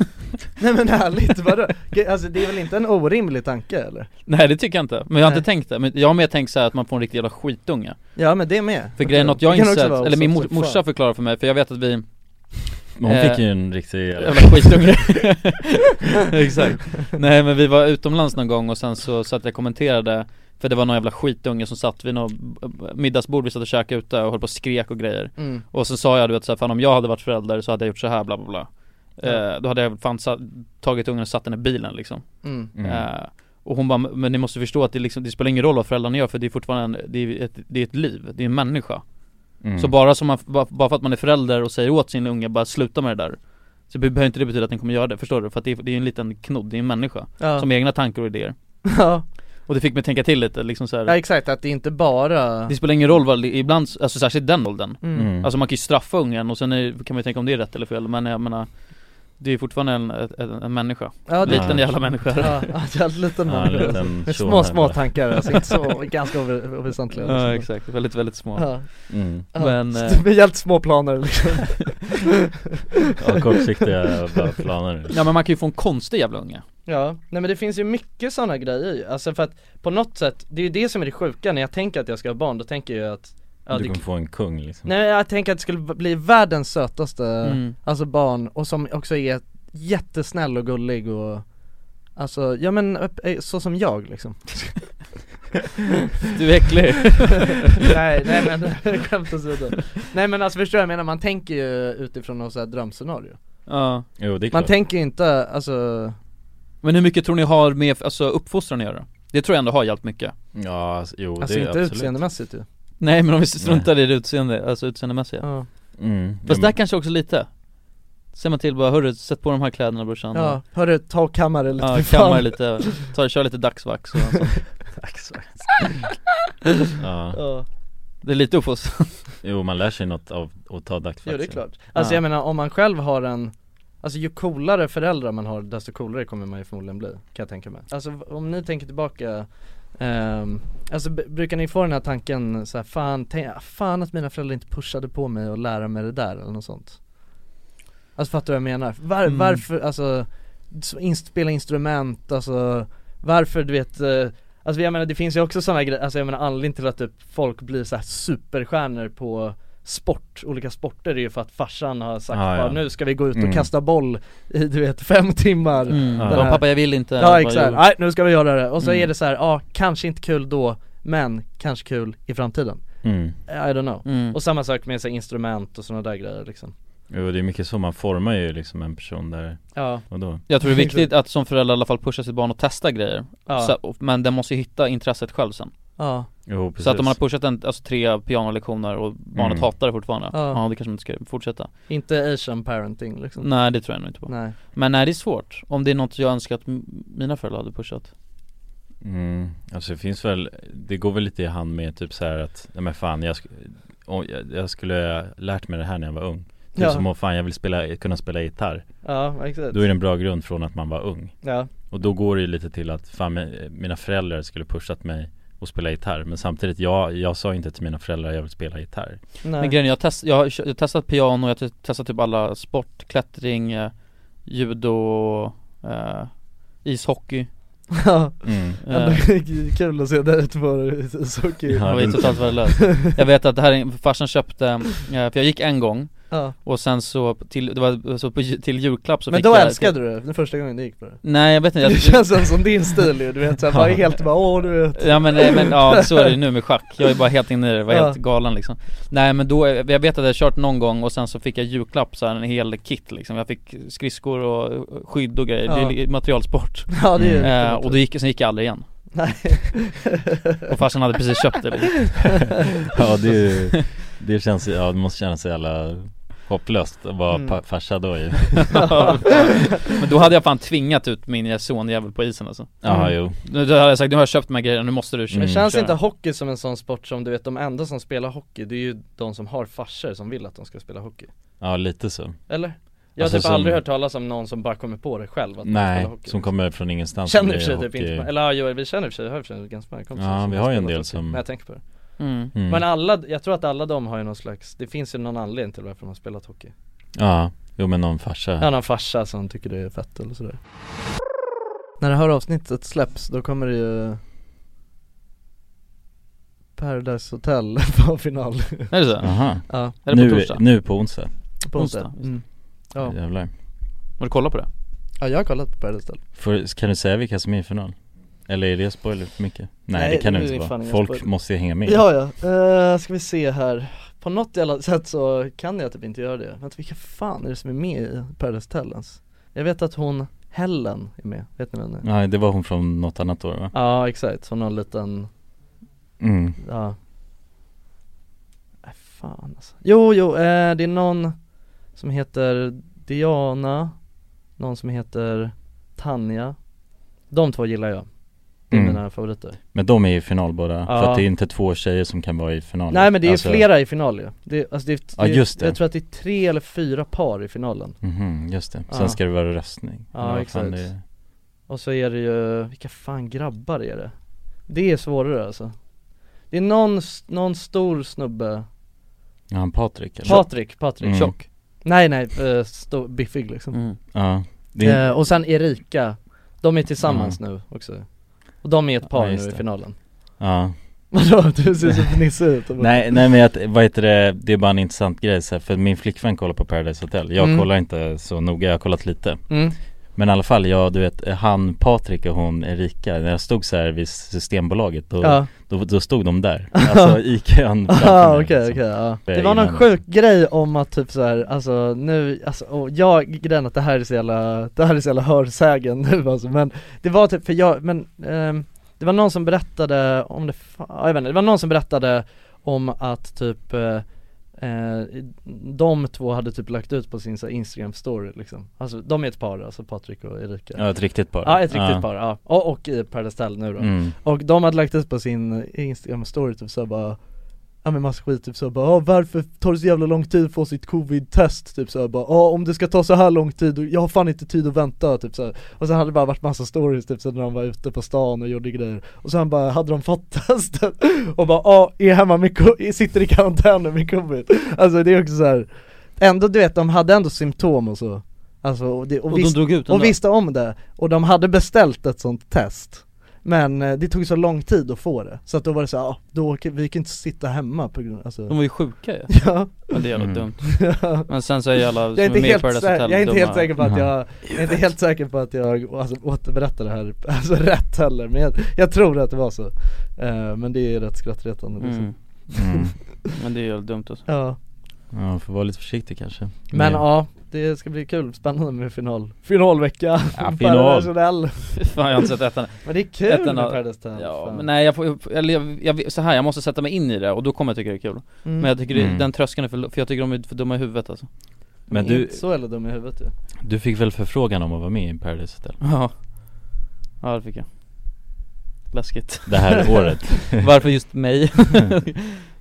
Speaker 3: Nej men ärligt, vadå? Ge- Alltså det är väl inte en orimlig tanke eller?
Speaker 5: Nej det tycker jag inte, men jag har
Speaker 3: Nej.
Speaker 5: inte tänkt det, men jag har mer tänkt så här att man får en riktig jävla skitunge
Speaker 3: Ja men det med
Speaker 5: För grejen är att
Speaker 3: Det
Speaker 5: jag
Speaker 3: kan också
Speaker 5: insett,
Speaker 3: vara
Speaker 5: eller min mor,
Speaker 3: osoft som fan.
Speaker 5: morsa förklarade för mig, för jag vet att vi
Speaker 1: Men hon
Speaker 5: eh,
Speaker 1: fick ju en riktig
Speaker 5: jävla skitunge Exakt Nej men vi var utomlands någon gång och sen så satt jag och kommenterade För det var någon jävla skitunge som satt vid något middagsbord, vi satt och käkade ute och höll på och skrek och grejer
Speaker 3: Mm.
Speaker 5: Och sen sa jag du vet så här, fan om jag hade varit förälder så hade jag gjort så här bla bla bla
Speaker 3: Ja.
Speaker 5: eh, Då hade jag fan sa- tagit ungen och satt den i bilen liksom
Speaker 3: Mm. Mm.
Speaker 5: Eh, och hon bara, men ni måste förstå att det, liksom, det spelar ingen roll vad föräldrarna gör för det är fortfarande, en- det är ett, det är ett liv, det är en människa
Speaker 1: Mm.
Speaker 5: Så bara, som man, bara, bara för att man är förälder och säger åt sin unge bara sluta med det där Så be- behöver inte det betyda att den kommer göra det, förstår du? För att det är, det är en liten knodd, det är en människa
Speaker 3: Ja.
Speaker 5: Som har egna tankar och idéer
Speaker 3: Ja.
Speaker 5: Och det fick mig tänka till lite liksom så här,
Speaker 3: Ja exakt, att det inte bara
Speaker 5: det spelar ingen roll vad, det- ibland, alltså särskilt den åldern
Speaker 3: Mm.
Speaker 5: Alltså man kan ju straffa ungen och sen är, kan man ju tänka om det är rätt eller fel men jag menar Det är ju fortfarande en, en, en människa,
Speaker 3: Ja, det-
Speaker 5: liten jävla människa
Speaker 3: Ja, ja, det är en liten
Speaker 5: Ja,
Speaker 3: människa.
Speaker 5: liten tjohan
Speaker 3: Med små,
Speaker 5: bara.
Speaker 3: små tankar alltså, inte så, ganska ove- oväsentliga
Speaker 5: Ja
Speaker 3: liksom.
Speaker 5: exakt, väldigt väldigt små
Speaker 3: Ja.
Speaker 1: Mm.
Speaker 3: Ja,
Speaker 5: Men,
Speaker 3: så
Speaker 5: eh,
Speaker 3: det blir helt små planer liksom
Speaker 1: Ja, kortsiktiga bara planer
Speaker 5: Ja men man kan ju få en konstig jävla unge
Speaker 3: Ja, nej men det finns ju mycket sådana grejer ju. alltså för att på något sätt, det är ju det som är det sjuka när jag tänker att jag ska ha barn, då tänker jag att ja,
Speaker 1: Du
Speaker 3: det-
Speaker 1: kommer få en kung liksom
Speaker 3: Nej jag tänker att det skulle bli världens sötaste,
Speaker 1: Mm.
Speaker 3: alltså barn, och som också är jättesnäll och gullig och Alltså, ja men eh, så som jag liksom
Speaker 5: Du är äcklig.
Speaker 3: Nej, nej men skämt åsido Nej men alltså förstår du, jag menar man tänker ju utifrån något så här drömscenario
Speaker 5: Ja
Speaker 1: Jo det är
Speaker 3: Man
Speaker 1: klart
Speaker 3: tänker ju inte, alltså
Speaker 5: Men hur mycket tror ni har med alltså, uppfostran att göra? Det tror jag ändå har hjälpt mycket
Speaker 1: Ja, alltså, jo
Speaker 3: Alltså
Speaker 1: det
Speaker 3: inte
Speaker 1: absolut.
Speaker 3: utseendemässigt ju
Speaker 5: Nej men om vi struntar i det utseende, alltså utseendemässiga
Speaker 3: Ja.
Speaker 1: Mm,
Speaker 5: Fast
Speaker 1: ja,
Speaker 5: där kanske också lite Säger man till bara, hörru sätt på de här kläderna brorsan
Speaker 3: Ja, hörru, ta och kamma det lite
Speaker 5: Ja,
Speaker 3: för fan.
Speaker 5: kammar lite, ta, kör lite dagsvax och sånt
Speaker 1: Dagsvax
Speaker 5: ja.
Speaker 1: Ja.
Speaker 5: Det är lite uppfostran
Speaker 1: Jo man lär sig något av att ta dagsvaxen
Speaker 3: Jo det är klart, alltså jag menar om man själv har en Alltså ju coolare föräldrar man har desto coolare kommer man ju förmodligen bli, kan jag tänka mig Alltså v- om ni tänker tillbaka ehm, Alltså b- brukar ni få den här tanken så här, fan, tänk, fan att mina föräldrar inte pushade på mig att lära mig det där eller något sånt Alltså fattar du vad jag menar? Var,
Speaker 5: Mm.
Speaker 3: Varför, alltså, så in, spela instrument, alltså varför du vet eh, Alltså jag menar det finns ju också sådana grejer, alltså jag menar anledningen till att typ folk blir så här superstjärnor på sport, olika sporter är ju för att farsan har sagt
Speaker 5: Ja,
Speaker 3: ah,
Speaker 5: ja.
Speaker 3: nu ska vi gå ut och
Speaker 5: Mm.
Speaker 3: kasta boll i du vet fem timmar
Speaker 5: Mm.
Speaker 3: Den
Speaker 5: Ja,
Speaker 3: här- Eh,
Speaker 5: pappa, jag vill inte.
Speaker 3: Ja
Speaker 5: Bara,
Speaker 3: exakt,
Speaker 5: jo.
Speaker 3: nej nu ska vi göra det och så
Speaker 5: Mm.
Speaker 3: är det så här, ja ah, kanske inte kul då men kanske kul i framtiden Eh,
Speaker 1: Mm.
Speaker 3: I don't know
Speaker 1: Mm.
Speaker 3: Och samma sak med så här, instrument och sådana där grejer liksom
Speaker 1: Jo, det är mycket så, man formar ju liksom en person där
Speaker 3: Ja.
Speaker 1: och då.
Speaker 5: Jag tror det är viktigt att som förälder i alla fall pusha sitt barn att testa grejer
Speaker 3: Ja.
Speaker 5: så, och- Men den måste ju hitta intresset själv sen
Speaker 3: Ja.
Speaker 1: Jo,
Speaker 5: Så att
Speaker 1: precis.
Speaker 5: om man har pushat en, alltså tre pianolektioner och barnet
Speaker 3: Mm.
Speaker 5: hatar det fortfarande
Speaker 3: Ja.
Speaker 5: Ja, det kanske man inte ska fortsätta
Speaker 3: Inte asian parenting liksom
Speaker 5: Nej det tror jag nog inte på
Speaker 3: Nej.
Speaker 5: Men nej det är svårt, om det är något jag önskar att m- mina föräldrar hade pushat
Speaker 1: Mm, alltså det finns väl, det går väl lite i hand med typ så här att, nej men fan jag, sk- om- jag, jag skulle ha lärt mig det här när jag var ung Det är
Speaker 3: Ja.
Speaker 1: som om fan jag vill spela, kunna spela gitarr
Speaker 3: Ja, exakt.
Speaker 1: Då är det en bra grund från att man var ung
Speaker 3: Ja.
Speaker 1: Och då går det ju lite till att, fan mi- mina föräldrar skulle pushat mig att spela gitarr Men samtidigt, jag, jag sa inte till mina föräldrar jag vill spela gitarr
Speaker 3: Nej.
Speaker 5: Men grejen är, jag, test, jag, har, jag har testat piano, jag har te- testat typ alla sport, klättring, eh, judo, eh, ishockey Eh,
Speaker 3: Ja,
Speaker 1: Mm.
Speaker 3: Ändå kul att se där ute på det, det är så kul
Speaker 5: Jag var ju totalt värdelös Jag vet att det här, är- farsan köpte, eh, för jag gick en gång
Speaker 3: Ja.
Speaker 5: Och sen så, till, det var, så på, ju- till julklapp så
Speaker 3: Men
Speaker 5: fick
Speaker 3: då
Speaker 5: jag
Speaker 3: älskade du det, den första gången du gick på det
Speaker 5: Nej jag vet inte jag,
Speaker 3: Det känns som- som din stil ju, du vet såhär, bara
Speaker 5: Ja.
Speaker 3: helt bara åh du vet
Speaker 5: Ja men, eh, men ja, så är det ju nu med schack, jag är bara helt inne i det, var
Speaker 3: Ja.
Speaker 5: helt galen liksom Nej men då, jag vet att jag har kört någon gång och sen så fick jag julklapp så här, en hel kit liksom Jag fick skridskor och skydd och grejer,
Speaker 3: Ja.
Speaker 5: det är materialsport
Speaker 3: Ja, det är ju
Speaker 5: eh,
Speaker 3: otroligt.
Speaker 5: Och då gick, sen gick jag aldrig igen
Speaker 3: Nej.
Speaker 5: Och farsan hade precis köpt det liksom.
Speaker 1: Ja det, är ju- det känns, ju- ja det måste kännas så jävla hopplöst att vara
Speaker 5: Mm.
Speaker 1: pa- farsa då ju
Speaker 5: Ja, Men då hade jag fan tvingat ut min sonjävel på isen alltså
Speaker 1: Ja, jo. Mm.
Speaker 5: Nu- Då hade jag sagt, nu har jag köpt de här grejerna, nu måste du köra
Speaker 3: Men Mm. känns inte hockey som en sån sport som du vet, de enda som spelar hockey det är ju de som har farsor som vill att de ska spela hockey
Speaker 1: Ja lite så
Speaker 3: Eller? Jag har
Speaker 1: Alltså,
Speaker 3: typ
Speaker 1: som-
Speaker 3: aldrig hört talas om någon som bara kommer på det själv att de
Speaker 1: Nej,
Speaker 3: spelar hockey
Speaker 1: som kommer Eh, från ingenstans och
Speaker 3: Känner i och
Speaker 1: blir
Speaker 3: för sig typ inte,
Speaker 1: hockey-
Speaker 3: eller ja, jo, vi känner i och för sig, har i och för sig ganska många kompisar
Speaker 1: Ja,
Speaker 3: som
Speaker 1: vi har ju en
Speaker 3: spelat
Speaker 1: del
Speaker 3: hockey,
Speaker 1: som-
Speaker 3: När jag tänker på det
Speaker 5: Mm.
Speaker 1: Mm.
Speaker 3: Men alla, jag tror att alla de har ju någon slags, det finns ju någon anledning till varför de har spelat hockey
Speaker 1: Ja, jo men någon farsa
Speaker 3: Ja, någon farsa som tycker det är fett eller sådär När det här avsnittet släpps då kommer det ju Paradise Hotel vara final
Speaker 5: Är det så?
Speaker 1: Aha.
Speaker 3: Ja
Speaker 1: nu, nu på onsdag
Speaker 3: På onsdag mm. Ja.
Speaker 1: Jävlar
Speaker 5: Har du kollat på det?
Speaker 3: ja, jag har kollat på Paradise Hotel
Speaker 1: Får, Kan du säga vilka som är i final? Eller är det spoiler för mycket? Nej,
Speaker 3: Nej,
Speaker 1: det kan
Speaker 3: det
Speaker 1: det
Speaker 3: är
Speaker 1: inte
Speaker 3: fan
Speaker 1: vara,
Speaker 3: ingen
Speaker 1: folk
Speaker 3: spoiler.
Speaker 1: måste ju hänga med
Speaker 3: Ja ja, Eh, ska vi se här På något jävla sätt så kan jag typ inte göra det Vänta vilka fan är det som är med i Paradise Hotel ens? Jag vet att hon, Helen är med, vet ni vem det är?
Speaker 1: Nej det var hon från något annat år va?
Speaker 3: Ja exakt, hon har en liten
Speaker 1: Mm.
Speaker 3: Ja Nej fan alltså Jo jo, eh, det är någon som heter Diana Någon som heter Tanja De två gillar jag Det är
Speaker 1: Mm.
Speaker 3: mina favoriter
Speaker 1: Men de är ju i final båda, för
Speaker 3: Ja.
Speaker 1: att det är inte två tjejer som kan vara i final
Speaker 3: Nej men det är
Speaker 1: Alltså-
Speaker 3: flera i final ju det, alltså det, är-
Speaker 1: Ja, just det.
Speaker 3: Jag tror att det är tre eller fyra par i finalen
Speaker 1: Mhm, just det. Sen
Speaker 3: Ja.
Speaker 1: ska det vara röstning Eller
Speaker 3: Ja
Speaker 1: vad
Speaker 3: exakt
Speaker 1: fan det är.
Speaker 3: Och så är det ju, vilka fan grabbar är det? Det är svårare alltså Det är någon, s- någon stor snubbe
Speaker 1: Ja, han Patrik eller?
Speaker 3: Patrik, Patrik
Speaker 1: Mm.
Speaker 3: Nej nej, eh, stor, biffig liksom
Speaker 1: Ja Det är- Mm.
Speaker 3: Eh, och sen Erika, de är tillsammans nu också Och de är ett par
Speaker 1: Ja,
Speaker 3: nu
Speaker 1: just
Speaker 3: i
Speaker 1: det.
Speaker 3: finalen
Speaker 1: Ja
Speaker 3: Vadå? Du ser så fnissig ut
Speaker 1: Nej, nej men att, vad heter det, det är bara en intressant grej så här, för min flickvän kollar på Paradise Hotel Jag
Speaker 3: Mm.
Speaker 1: kollar inte så noga, jag har kollat lite
Speaker 3: Mm.
Speaker 1: Men i alla fall, jag, du vet, han Patrik och hon Erika, när jag stod så här vid Systembolaget då,
Speaker 3: Ja.
Speaker 1: då, då stod de där Alltså i kön framför
Speaker 3: Ja
Speaker 1: mig,
Speaker 3: Ah, okej
Speaker 1: liksom.
Speaker 3: okej ja.
Speaker 1: Jag
Speaker 3: Det var
Speaker 1: gillar
Speaker 3: någon sjuk grej om att typ så här, alltså nu, alltså och jag, grejen att det här är så jävla, det här är så jävla hörsägen nu alltså men Det var typ, för jag, men ehm, det var någon som berättade om det, fa- ja, jag vet inte, det var någon som berättade om att typ eh, eh, de två hade typ lagt ut på sin så här, instagram story liksom Alltså de är ett par, alltså Patrik och Erika
Speaker 1: Ja, ett riktigt par.
Speaker 3: Ja ett riktigt
Speaker 1: Ja.
Speaker 3: par, ja, och, och i Paradise Hotel nu då
Speaker 1: Mm.
Speaker 3: och de hade lagt ut på sin instagram-story typ såhär bara Ja men massa skit typ såhär bara "Ah, varför tar det så jävla lång tid att få sitt covid-test? Typ såhär bara ja om det ska ta så här lång tid, jag har fan inte tid att vänta typ såhär Och sen hade det bara varit massa stories typ så när de var ute på stan och gjorde grejer Och sen bara hade de fått testet och bara ja är hemma med co- sitter i karantän nu med covid Alltså det är också såhär Ändå du vet de hade ändå symptom och så Alltså och, det, och,
Speaker 5: Och de
Speaker 3: visst-
Speaker 5: drog ut den
Speaker 3: och
Speaker 5: då?
Speaker 3: visste om det och de hade beställt ett sånt test Men eh, det tog så lång tid att få det, så att då var det så här, ah, då åker, vi kan inte sitta hemma på grund alltså.
Speaker 5: De var ju sjuka ju
Speaker 3: Ja
Speaker 5: Men det är jävligt dumt Men sen så är ju alla som
Speaker 3: jag är inte
Speaker 5: är med i
Speaker 3: helt,
Speaker 5: Paradise
Speaker 3: sä-
Speaker 5: Hotel
Speaker 3: jag är inte
Speaker 5: dumma.
Speaker 3: helt säker på att jag, jag är inte helt säker på att jag alltså, återberättar det här alltså, rätt heller Men jag, jag tror att det var så Eh, Men det är rätt skrattretande liksom.
Speaker 5: Mm. Men det är ju dumt alltså
Speaker 3: Ja
Speaker 1: Ja, får vara lite försiktig kanske
Speaker 3: Men ja, det ska bli kul, spännande med final Finalvecka,
Speaker 1: Ja, final.
Speaker 3: Paradise Hotel.
Speaker 5: Fan jag har inte sett ettan
Speaker 3: Men det är kul
Speaker 5: Ettan
Speaker 3: med
Speaker 5: har-
Speaker 3: Paradise Hotel
Speaker 5: Ja
Speaker 3: fan.
Speaker 5: men nej jag får, eller jag, jag, så här, jag måste sätta mig in i det och då kommer jag tycka det är kul
Speaker 3: Mm.
Speaker 5: Men jag tycker det,
Speaker 1: Mm.
Speaker 5: den tröskeln är för, lo- för jag tycker de är för dumma i huvudet alltså
Speaker 1: Men
Speaker 3: De är
Speaker 1: du-
Speaker 3: inte så eller dum i huvudet ju
Speaker 1: Du fick väl förfrågan om att vara med i Paradise Hotel?
Speaker 5: Ja Ja det fick jag Läskigt
Speaker 1: Det här året.
Speaker 5: Varför just mig?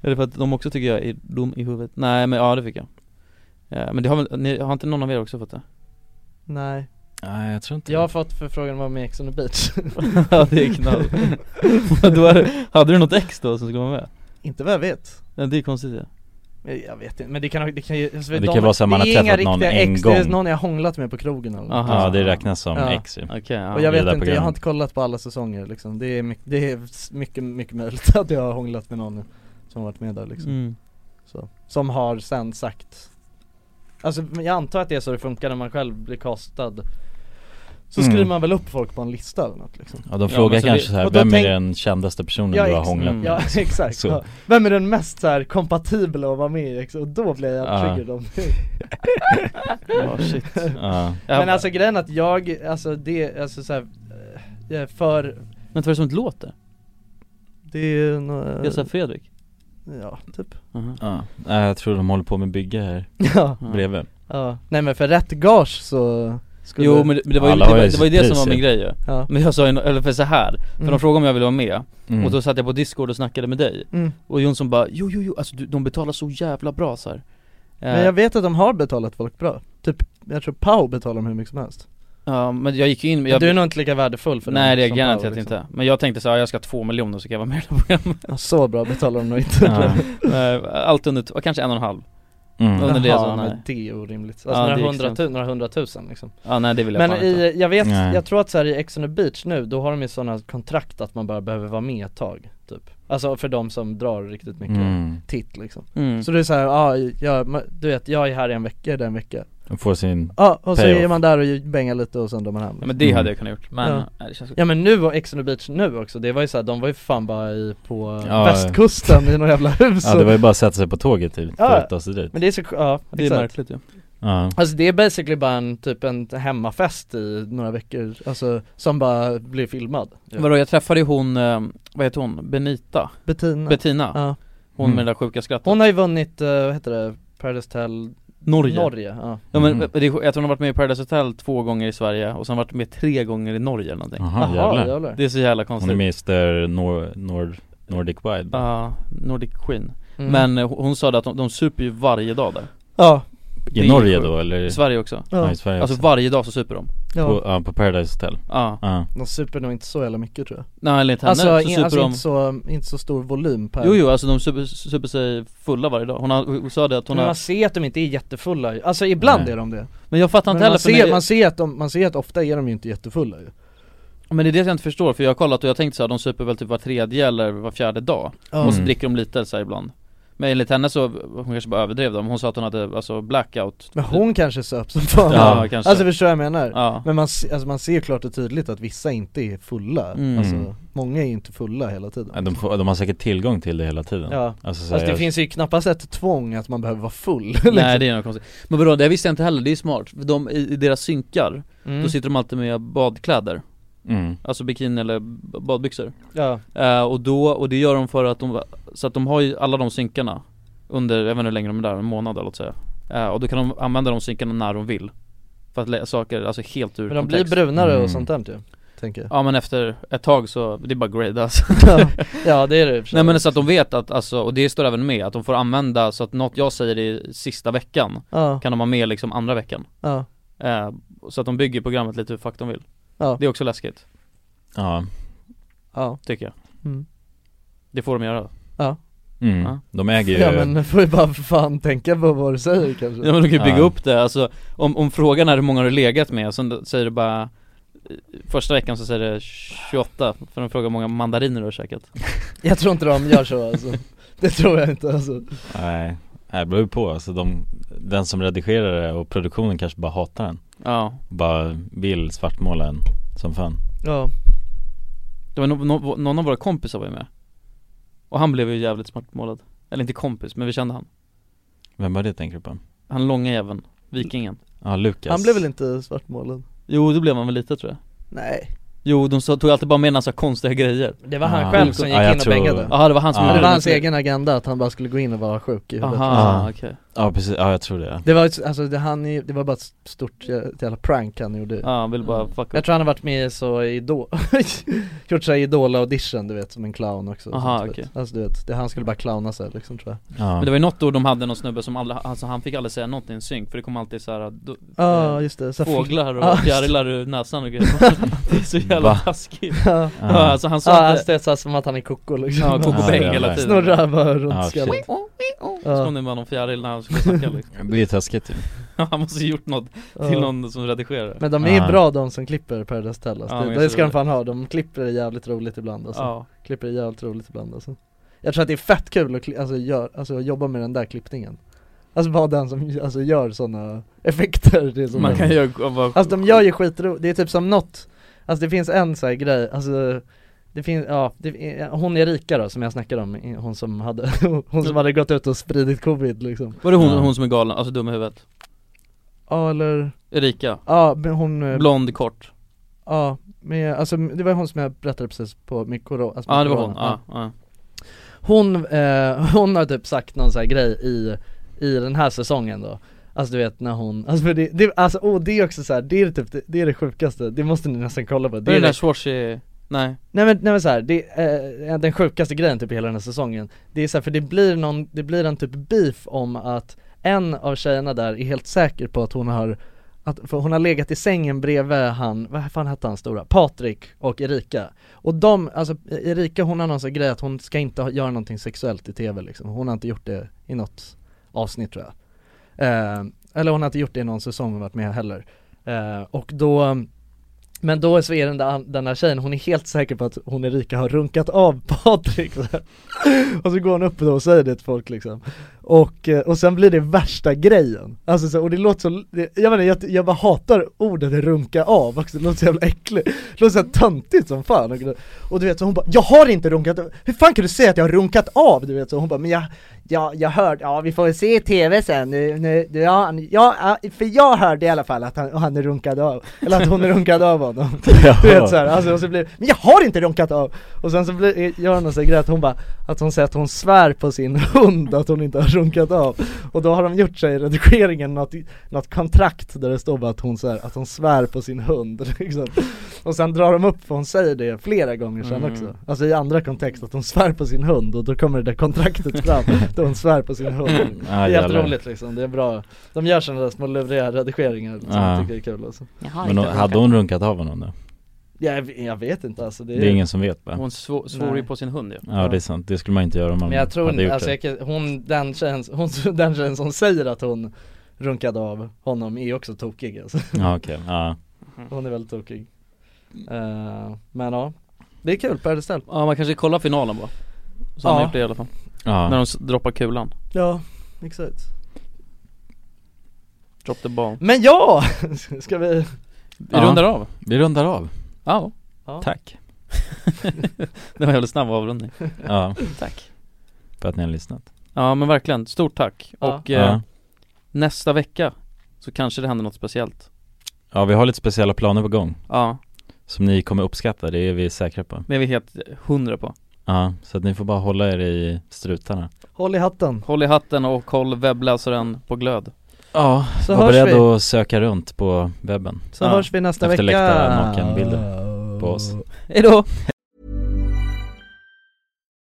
Speaker 5: är det för att de också tycker jag är dum i huvudet? Nej men ja det fick jag Eh, Men det har väl, ni, har inte någon av er också fått det?
Speaker 3: Nej
Speaker 1: Nej jag tror inte
Speaker 3: Jag har fått förfrågan att vara med i Ex on the beach
Speaker 5: ja det är knall Då är- Hade du något ex då som skulle vara med?
Speaker 3: Inte vad jag vet
Speaker 5: Ja, det är konstigt det
Speaker 3: Men Jag vet inte, men det kan, det kan ju alltså,
Speaker 1: Ja, det kan vara så att man har
Speaker 3: det är inga
Speaker 1: träffat någon
Speaker 3: riktiga
Speaker 1: en
Speaker 3: ex, Det är
Speaker 1: gång.
Speaker 3: någon jag har hånglat med på krogen eller något.
Speaker 5: Aha.
Speaker 1: Ja det räknas som
Speaker 3: Ja.
Speaker 1: ex ju
Speaker 5: Okej, ja.
Speaker 3: Och jag
Speaker 1: Det är
Speaker 3: vet
Speaker 1: det där
Speaker 3: inte, jag har
Speaker 1: programmet.
Speaker 3: inte kollat på alla säsonger liksom. Det är, mycket, det är s- mycket, mycket möjligt att jag har hånglat med någon som har varit med där liksom.
Speaker 5: Mm.
Speaker 3: så. Som har sen sagt Alltså men jag antar att det är så det funkar när man själv blir kastad Så
Speaker 1: Mm.
Speaker 3: skriver man väl upp folk på en lista eller något liksom
Speaker 1: Ja de
Speaker 5: Ja,
Speaker 1: frågar
Speaker 5: men så
Speaker 1: kanske
Speaker 5: det-
Speaker 1: så här,
Speaker 3: och då
Speaker 1: vem
Speaker 3: tänk-
Speaker 1: är den kändaste personen
Speaker 3: Ja,
Speaker 1: du har
Speaker 3: ex-
Speaker 1: hånglat
Speaker 5: mm.
Speaker 1: med?
Speaker 3: Ja exakt,
Speaker 1: Så.
Speaker 3: ja. vem är den mest så här kompatibla att vara med i? liksom? Och då blir jag
Speaker 1: Ja.
Speaker 3: triggered om det
Speaker 5: Ja shit
Speaker 1: Ja.
Speaker 3: Men alltså grejen att jag, alltså det, alltså så här, eh, jag är för
Speaker 5: Men vad är det som inte låter?
Speaker 3: Det är ju nå-
Speaker 5: Jag sa Fredrik
Speaker 3: ja typ
Speaker 5: Mhm.
Speaker 1: Ja, Nej, jag tror de håller på med bygge här
Speaker 3: Ja,
Speaker 1: bredvid
Speaker 3: ja, nej men för rätt gage så skulle
Speaker 5: Jo men det, men det var ju
Speaker 1: Alla
Speaker 5: det,
Speaker 1: har
Speaker 5: var,
Speaker 1: ju
Speaker 5: det, var ju det
Speaker 1: sitt
Speaker 5: som var
Speaker 1: pris,
Speaker 5: min
Speaker 1: ju.
Speaker 5: grej ju
Speaker 3: Ja,
Speaker 5: Men jag sa ju, nå- eller för så här för
Speaker 3: Mm.
Speaker 5: de frågade om jag ville vara med
Speaker 1: mm.
Speaker 5: och då satt jag på discord och snackade med dig
Speaker 3: mm.
Speaker 5: Och Jonsson bara, jo jo jo, alltså du, de betalar så jävla bra så här. Eh,
Speaker 3: men jag vet att de har betalat folk bra Typ, jag tror Pau betalar dem hur mycket som helst
Speaker 5: Ja men jag gick ju in, men
Speaker 3: Men
Speaker 5: jag,
Speaker 3: Du är nog inte lika värdefull för
Speaker 5: nej
Speaker 3: dem
Speaker 5: det är
Speaker 3: som
Speaker 5: garanterat
Speaker 3: Pau, liksom.
Speaker 5: inte Men jag tänkte så här, jag ska ha två miljoner så kan jag vara med i det här programmet
Speaker 3: ja, Så bra betalar de nog inte
Speaker 1: Ja.
Speaker 5: Eh, Allt under, t- kanske en och en halv
Speaker 1: Mm.
Speaker 5: Under det
Speaker 3: Jaha,
Speaker 5: så, nej.
Speaker 3: men det är orimligt,
Speaker 5: Ja,
Speaker 3: alltså
Speaker 5: det är
Speaker 3: några, hundratu-
Speaker 5: extremt.
Speaker 3: några hundratusen liksom
Speaker 5: Ja nej det vill jag
Speaker 3: Men
Speaker 5: fan inte
Speaker 3: i, jag vet,
Speaker 1: Nej.
Speaker 3: jag tror att så här i Ex on the beach nu, då har de ju sådana kontrakt att man bara behöver vara med ett tag typ Alltså för de som drar riktigt mycket
Speaker 1: Mm.
Speaker 3: titt liksom
Speaker 5: mm.
Speaker 3: Så det är såhär, ja, jag, ma- du vet jag är här i en vecka, är där en vecka
Speaker 1: De får sin,
Speaker 3: Ja, och så
Speaker 1: Payoff.
Speaker 3: är man där och bängar lite och sen drar man hem liksom.
Speaker 5: ja, men det
Speaker 1: Mm.
Speaker 5: hade jag kunnat gjort, men
Speaker 3: Ja.
Speaker 5: nej, det känns
Speaker 3: Ja men nu och Ex on the beach nu också, det var ju såhär, de var ju fan bara i, på
Speaker 1: Ja,
Speaker 3: västkusten i några jävla hus
Speaker 1: ja det var ju bara att sätta sig på tåget typ,
Speaker 3: Ja.
Speaker 1: för att ta sig dit
Speaker 3: Men det är så, ja
Speaker 5: det är
Speaker 3: exakt.
Speaker 5: märkligt ju
Speaker 1: Ja,
Speaker 3: Alltså det är basically bara en, typ en hemmafest i några veckor, alltså som bara blir filmad
Speaker 5: Vadå jag träffade ju hon, eh, vad heter hon, Benita?
Speaker 3: Bettina
Speaker 5: Bettina,
Speaker 3: Ja.
Speaker 5: hon
Speaker 1: Mm.
Speaker 5: med det där sjuka skrattet
Speaker 3: Hon har ju vunnit, eh, vad heter det, Paradise Hotel
Speaker 5: Norge,
Speaker 3: Norge ja.
Speaker 5: Ja men
Speaker 1: Mhm.
Speaker 5: det, jag tror hon har varit med i Paradise Hotel två gånger i Sverige och sen varit med tre gånger i Norge eller någonting
Speaker 1: jaha jävlar
Speaker 3: jävlar.
Speaker 5: Det är så jävla
Speaker 1: Hon är
Speaker 5: konstigt
Speaker 1: Mr Nor- Nord- Nordic Wide
Speaker 5: Ja, Nordic Queen
Speaker 3: Mm.
Speaker 5: Men eh, hon- hon sa det att de, de super ju varje dag där
Speaker 3: ja,
Speaker 5: det
Speaker 1: I
Speaker 5: är
Speaker 1: Norge
Speaker 5: sjukt.
Speaker 1: då eller?
Speaker 5: I Sverige också
Speaker 1: Ja,
Speaker 3: ja,
Speaker 1: i Sverige
Speaker 5: Alltså
Speaker 1: också.
Speaker 5: varje dag så super de
Speaker 3: ja.
Speaker 1: På, ja, på Paradise Hotel
Speaker 5: Ja,
Speaker 1: Ja,
Speaker 3: De super nog inte så jävla mycket tror jag
Speaker 5: nej enligt henne
Speaker 3: Alltså,
Speaker 5: så
Speaker 3: in,
Speaker 5: super
Speaker 3: alltså
Speaker 5: de
Speaker 3: inte, så, inte så stor volym per
Speaker 5: Jo jo, alltså de super, super sig fulla varje dag Hon, har, hon sa det att hon
Speaker 3: Men
Speaker 5: har
Speaker 3: man ser att de inte är jättefulla ju. alltså ibland
Speaker 1: Nej.
Speaker 3: är de det
Speaker 5: Men jag fattar
Speaker 3: Men
Speaker 5: inte heller
Speaker 3: man,
Speaker 5: för
Speaker 3: ser,
Speaker 5: när-
Speaker 3: man, ser att de, man ser att ofta är de ju inte jättefulla ju
Speaker 5: Men det är det jag inte förstår för jag har kollat och jag tänkte såhär, de super väl typ var tredje eller var fjärde dag
Speaker 3: Ja.
Speaker 5: Och så
Speaker 1: Mm.
Speaker 5: dricker de lite såhär ibland Men enligt henne så, hon kanske bara överdrev det, men hon sa att hon hade alltså blackout
Speaker 3: Men hon kanske söp som fan
Speaker 5: Ja, kanske.
Speaker 3: Alltså förstår jag vad jag menar?
Speaker 5: Ja,
Speaker 3: Men man, se- alltså man ser ju klart och tydligt att vissa inte är fulla,
Speaker 5: Mm.
Speaker 3: alltså många är ju inte fulla hela tiden
Speaker 1: Ja, de, får, de har säkert tillgång till det hela tiden
Speaker 3: Ja.
Speaker 1: Alltså, så
Speaker 3: Alltså
Speaker 1: här,
Speaker 3: det
Speaker 1: jag-
Speaker 3: finns ju knappast ett tvång att man behöver vara full liksom.
Speaker 5: nej det är något konstigt Men vadå, det visste jag inte heller, det är smart, för de, i, i deras synkar,
Speaker 3: Mm.
Speaker 5: då sitter de alltid med badkläder
Speaker 1: mm.
Speaker 5: Alltså bikini eller b- badbyxor
Speaker 3: ja.
Speaker 5: Eh, och då, och det gör de för att de, så att de har ju alla de synkarna Under, jag vet inte hur länge de är där, en månad eller något säga Eh, Och då kan de använda de synkarna när de vill För att lä- saker, alltså helt ur
Speaker 3: Men de blir
Speaker 5: kontext.
Speaker 3: brunare
Speaker 1: Mm.
Speaker 3: och sånt där ju, tänker jag
Speaker 5: Ja men efter ett tag så, det är bara grade alltså
Speaker 3: Ja, ja det är det i och för sig.
Speaker 5: Nej men så att de vet att alltså, och det står även med, att de får använda så att något jag säger i sista veckan
Speaker 3: Ja,
Speaker 5: Kan de ha med liksom andra veckan
Speaker 3: ja,
Speaker 5: eh, Så att de bygger programmet lite hur fuck de vill
Speaker 3: Ja.
Speaker 5: Det är också läskigt,
Speaker 1: Ja,
Speaker 3: ja,
Speaker 5: tycker jag
Speaker 3: Mm.
Speaker 5: Det får de göra
Speaker 1: mm.
Speaker 5: Ja.
Speaker 1: de äger ju
Speaker 3: ja men får ju bara för fan tänka på vad du säger kanske
Speaker 5: Ja men de kan ju bygga
Speaker 1: Ja.
Speaker 5: upp det, alltså om, om frågan är hur många har du legat med, så säger du bara första veckan så säger det 28, för de frågar hur många mandariner du har käkat
Speaker 3: Jag tror inte de gör så alltså Det tror jag inte alltså
Speaker 1: Nej, det beror ju på alltså de, Den som redigerar det och produktionen kanske bara hatar den
Speaker 5: Ja
Speaker 1: Bara vill svartmåla en som fan
Speaker 3: Ja
Speaker 5: Det var no- no- någon av våra kompisar var ju med Och han blev ju jävligt svartmålad Eller inte kompis, men vi kände han
Speaker 1: Vem var det tänker du på?
Speaker 5: Han långa jäveln, vikingen
Speaker 1: Ja, Lukas
Speaker 3: Han blev väl inte svartmålad?
Speaker 5: Jo, det blev han väl lite tror jag
Speaker 3: Nej
Speaker 5: Jo, de sa- tog alltid bara med en massa konstiga grejer Ah.
Speaker 3: Det var han själv som gick in och bängade
Speaker 5: Ja, det var han som
Speaker 3: Men
Speaker 5: gjorde
Speaker 3: Det var
Speaker 5: det.
Speaker 3: hans egen agenda att han bara skulle gå in och vara sjuk i huvudet
Speaker 1: Aha, Ja precis, ja jag tror det
Speaker 3: Ah, Det var ett- alltså det, han, är- det var bara ett stort eh, jävla prank han gjorde
Speaker 5: Ja, han ville bara fuck
Speaker 3: Jag tror han har varit med i så i Idol, gjort såhär Idol audition du vet som en clown också
Speaker 5: Aha,
Speaker 3: sånt, du vet. Alltså du vet, det, han skulle bara clowna sig liksom tror jag
Speaker 1: Ja.
Speaker 5: Men det var ju något år de hade någon snubbe som aldrig, alltså han fick aldrig säga något i en synk för det kom alltid såhär då-
Speaker 3: Ja,
Speaker 5: eh,
Speaker 3: just det, så här-
Speaker 5: Fåglar
Speaker 3: Ja,
Speaker 5: och
Speaker 3: just det.
Speaker 5: fjärilar ur näsan och grejer Det är så jävla
Speaker 3: Va?
Speaker 5: taskigt
Speaker 3: Ja.
Speaker 5: ja, alltså han sa
Speaker 3: Ja,
Speaker 5: inte-
Speaker 3: han stöt såhär som att han är koko liksom
Speaker 5: Ja, koko bäng hela tiden
Speaker 3: Snurrar bara runt skallen
Speaker 5: Så kom det bara någon fjäril när han skulle snacka liksom
Speaker 1: Det är taskigt ju
Speaker 5: Ja, han måste ha gjort något till
Speaker 3: Ja.
Speaker 5: någon som redigerar
Speaker 3: Men de är bra de som klipper Paradise Tell alltså.
Speaker 5: Ja, men
Speaker 3: det,
Speaker 5: jag
Speaker 3: det ska
Speaker 5: tror
Speaker 3: de fan ha, de klipper det jävligt roligt ibland alltså.
Speaker 5: Ja.
Speaker 3: Klipper det jävligt roligt ibland alltså. Jag tror att det är fett kul att kli- alltså, gör, alltså, jobba med den där klippningen Alltså bara den som alltså, gör sådana effekter det är så
Speaker 5: Man
Speaker 3: bra.
Speaker 5: kan ju bara-
Speaker 3: Alltså de gör ju skitro, det är typ som något Alltså det finns en sån här grej, alltså det finns, ja, det, hon Erika då som jag snackade om, hon som hade, hon som hade gått ut och spridit covid liksom
Speaker 5: Var det hon, hon som är galen, alltså dum i huvudet?
Speaker 3: Ja eller
Speaker 5: Erika?
Speaker 3: Ja, men hon eh,
Speaker 5: Blond, kort
Speaker 3: Ja, men alltså det var hon som jag berättade precis på med corona alltså med
Speaker 5: Ja det var hon,
Speaker 3: corona.
Speaker 5: ja, ja.
Speaker 3: Hon, eh, hon har typ sagt någon sån här grej i, i den här säsongen då Alltså du vet när hon, alltså för det, det alltså åh det är också så här, det är typ det, det är det sjukaste, det måste ni nästan kolla på
Speaker 5: Det är den där Schwarzy, nej
Speaker 3: Nej men, nej men så här, det är eh, den sjukaste grejen typ i hela den här säsongen Det är så här, för det blir någon, det blir en typ beef om att en av tjejerna där är helt säker på att hon har att, för hon har legat i sängen bredvid han, vad fan hette han stora? Patrik och Erika Och de, alltså Erika hon har någon sån grej att hon ska inte ha, göra någonting sexuellt i tv liksom Hon har inte gjort det i något avsnitt tror jag eh, Eller hon har inte gjort det i någon säsong hon varit med heller eh, Och då men då så är den där, den där tjejen, hon är helt säker på att hon Erika har runkat av Patrik så här. Och så går hon upp då och säger det till folk liksom Och, eh, och sen blir det värsta grejen Alltså så, och det låter så, det- jag menar jag, jag bara hatar ordet runka av också, det låter så jävla äckligt Det låter så här töntigt som fan och, gre- och du vet så hon bara, jag har inte runkat av, hur fan kan du säga att jag har runkat av? Du vet så hon bara, men jag, jag, jag hörde, ja vi får väl se i tv sen, nu, nu, ja, ja, för jag hörde i alla fall att han, han runkade av, eller att hon runkade av honom du vet såhär, alltså, och så blir men jag har inte runkat av! Och sen så blir, gör hon en sån här grej att hon bara, att hon säger att hon svär på sin hund att hon inte har runkat av Och då har de gjort sig i redigeringen något, något kontrakt där det står bara att hon så här, att hon svär på sin hund liksom. Och sen drar de upp, för hon säger det flera gånger sen
Speaker 5: Mm.
Speaker 3: också Alltså i andra kontext, att hon svär på sin hund och då kommer det där kontraktet fram där hon svär på sin hund Det
Speaker 1: Ah,
Speaker 3: är
Speaker 1: jävlar.
Speaker 3: jätteroligt liksom, det är bra De gör sådana där små luriga redigeringar liksom,
Speaker 1: Ja.
Speaker 3: jag tycker det är kul alltså
Speaker 1: Ah. Men hon, hade hon runkat av honom då?
Speaker 3: jag, jag vet inte alltså det
Speaker 1: Det är ingen som vet va?
Speaker 5: Hon svor, svor ju på sin hund ju
Speaker 1: Ja, det är sant, det skulle man inte göra om man
Speaker 3: Men jag tror
Speaker 1: hade gjort
Speaker 3: inte, alltså
Speaker 1: det
Speaker 3: jag, kan- hon, den tjejen, hon, den tjejen som säger att hon runkade av honom är också tokig alltså.
Speaker 1: Ja okej, ja
Speaker 5: Mhm.
Speaker 3: Hon är väldigt tokig Eh, Men ja, det är kul Paradise Hotel
Speaker 5: Ja man kanske kollar finalen bara Så han
Speaker 3: Ja.
Speaker 5: har gjort det i alla fall
Speaker 1: Ja.
Speaker 5: När de s- droppar kulan,
Speaker 3: Ja, exakt
Speaker 5: drop the bomb
Speaker 3: Men ja! Ska vi?
Speaker 5: Vi rundar av
Speaker 1: Vi rundar av
Speaker 5: Ja,
Speaker 3: Ja.
Speaker 1: Tack
Speaker 5: det var en jävligt snabb avrundning
Speaker 1: Ja
Speaker 5: Tack
Speaker 1: För att ni har lyssnat
Speaker 5: Ja men verkligen, stort tack
Speaker 3: Ja.
Speaker 5: och eh,
Speaker 1: Ja.
Speaker 5: nästa vecka så kanske det händer något speciellt
Speaker 1: Ja vi har lite speciella planer på gång
Speaker 5: Ja,
Speaker 1: Som ni kommer uppskatta, det är vi säkra på
Speaker 5: det är vi helt hundra på
Speaker 1: Ja, så att ni får bara hålla er i strutarna
Speaker 3: Håll i hatten
Speaker 5: Håll i hatten och håll webbläsaren på glöd
Speaker 1: Ja,
Speaker 3: Så
Speaker 1: var
Speaker 3: hörs
Speaker 1: beredd
Speaker 3: vi.
Speaker 1: att söka runt på webben
Speaker 3: Så hörs vi nästa
Speaker 1: Efter
Speaker 3: vecka.
Speaker 1: läckta nakenbilder på oss
Speaker 5: Hejdå!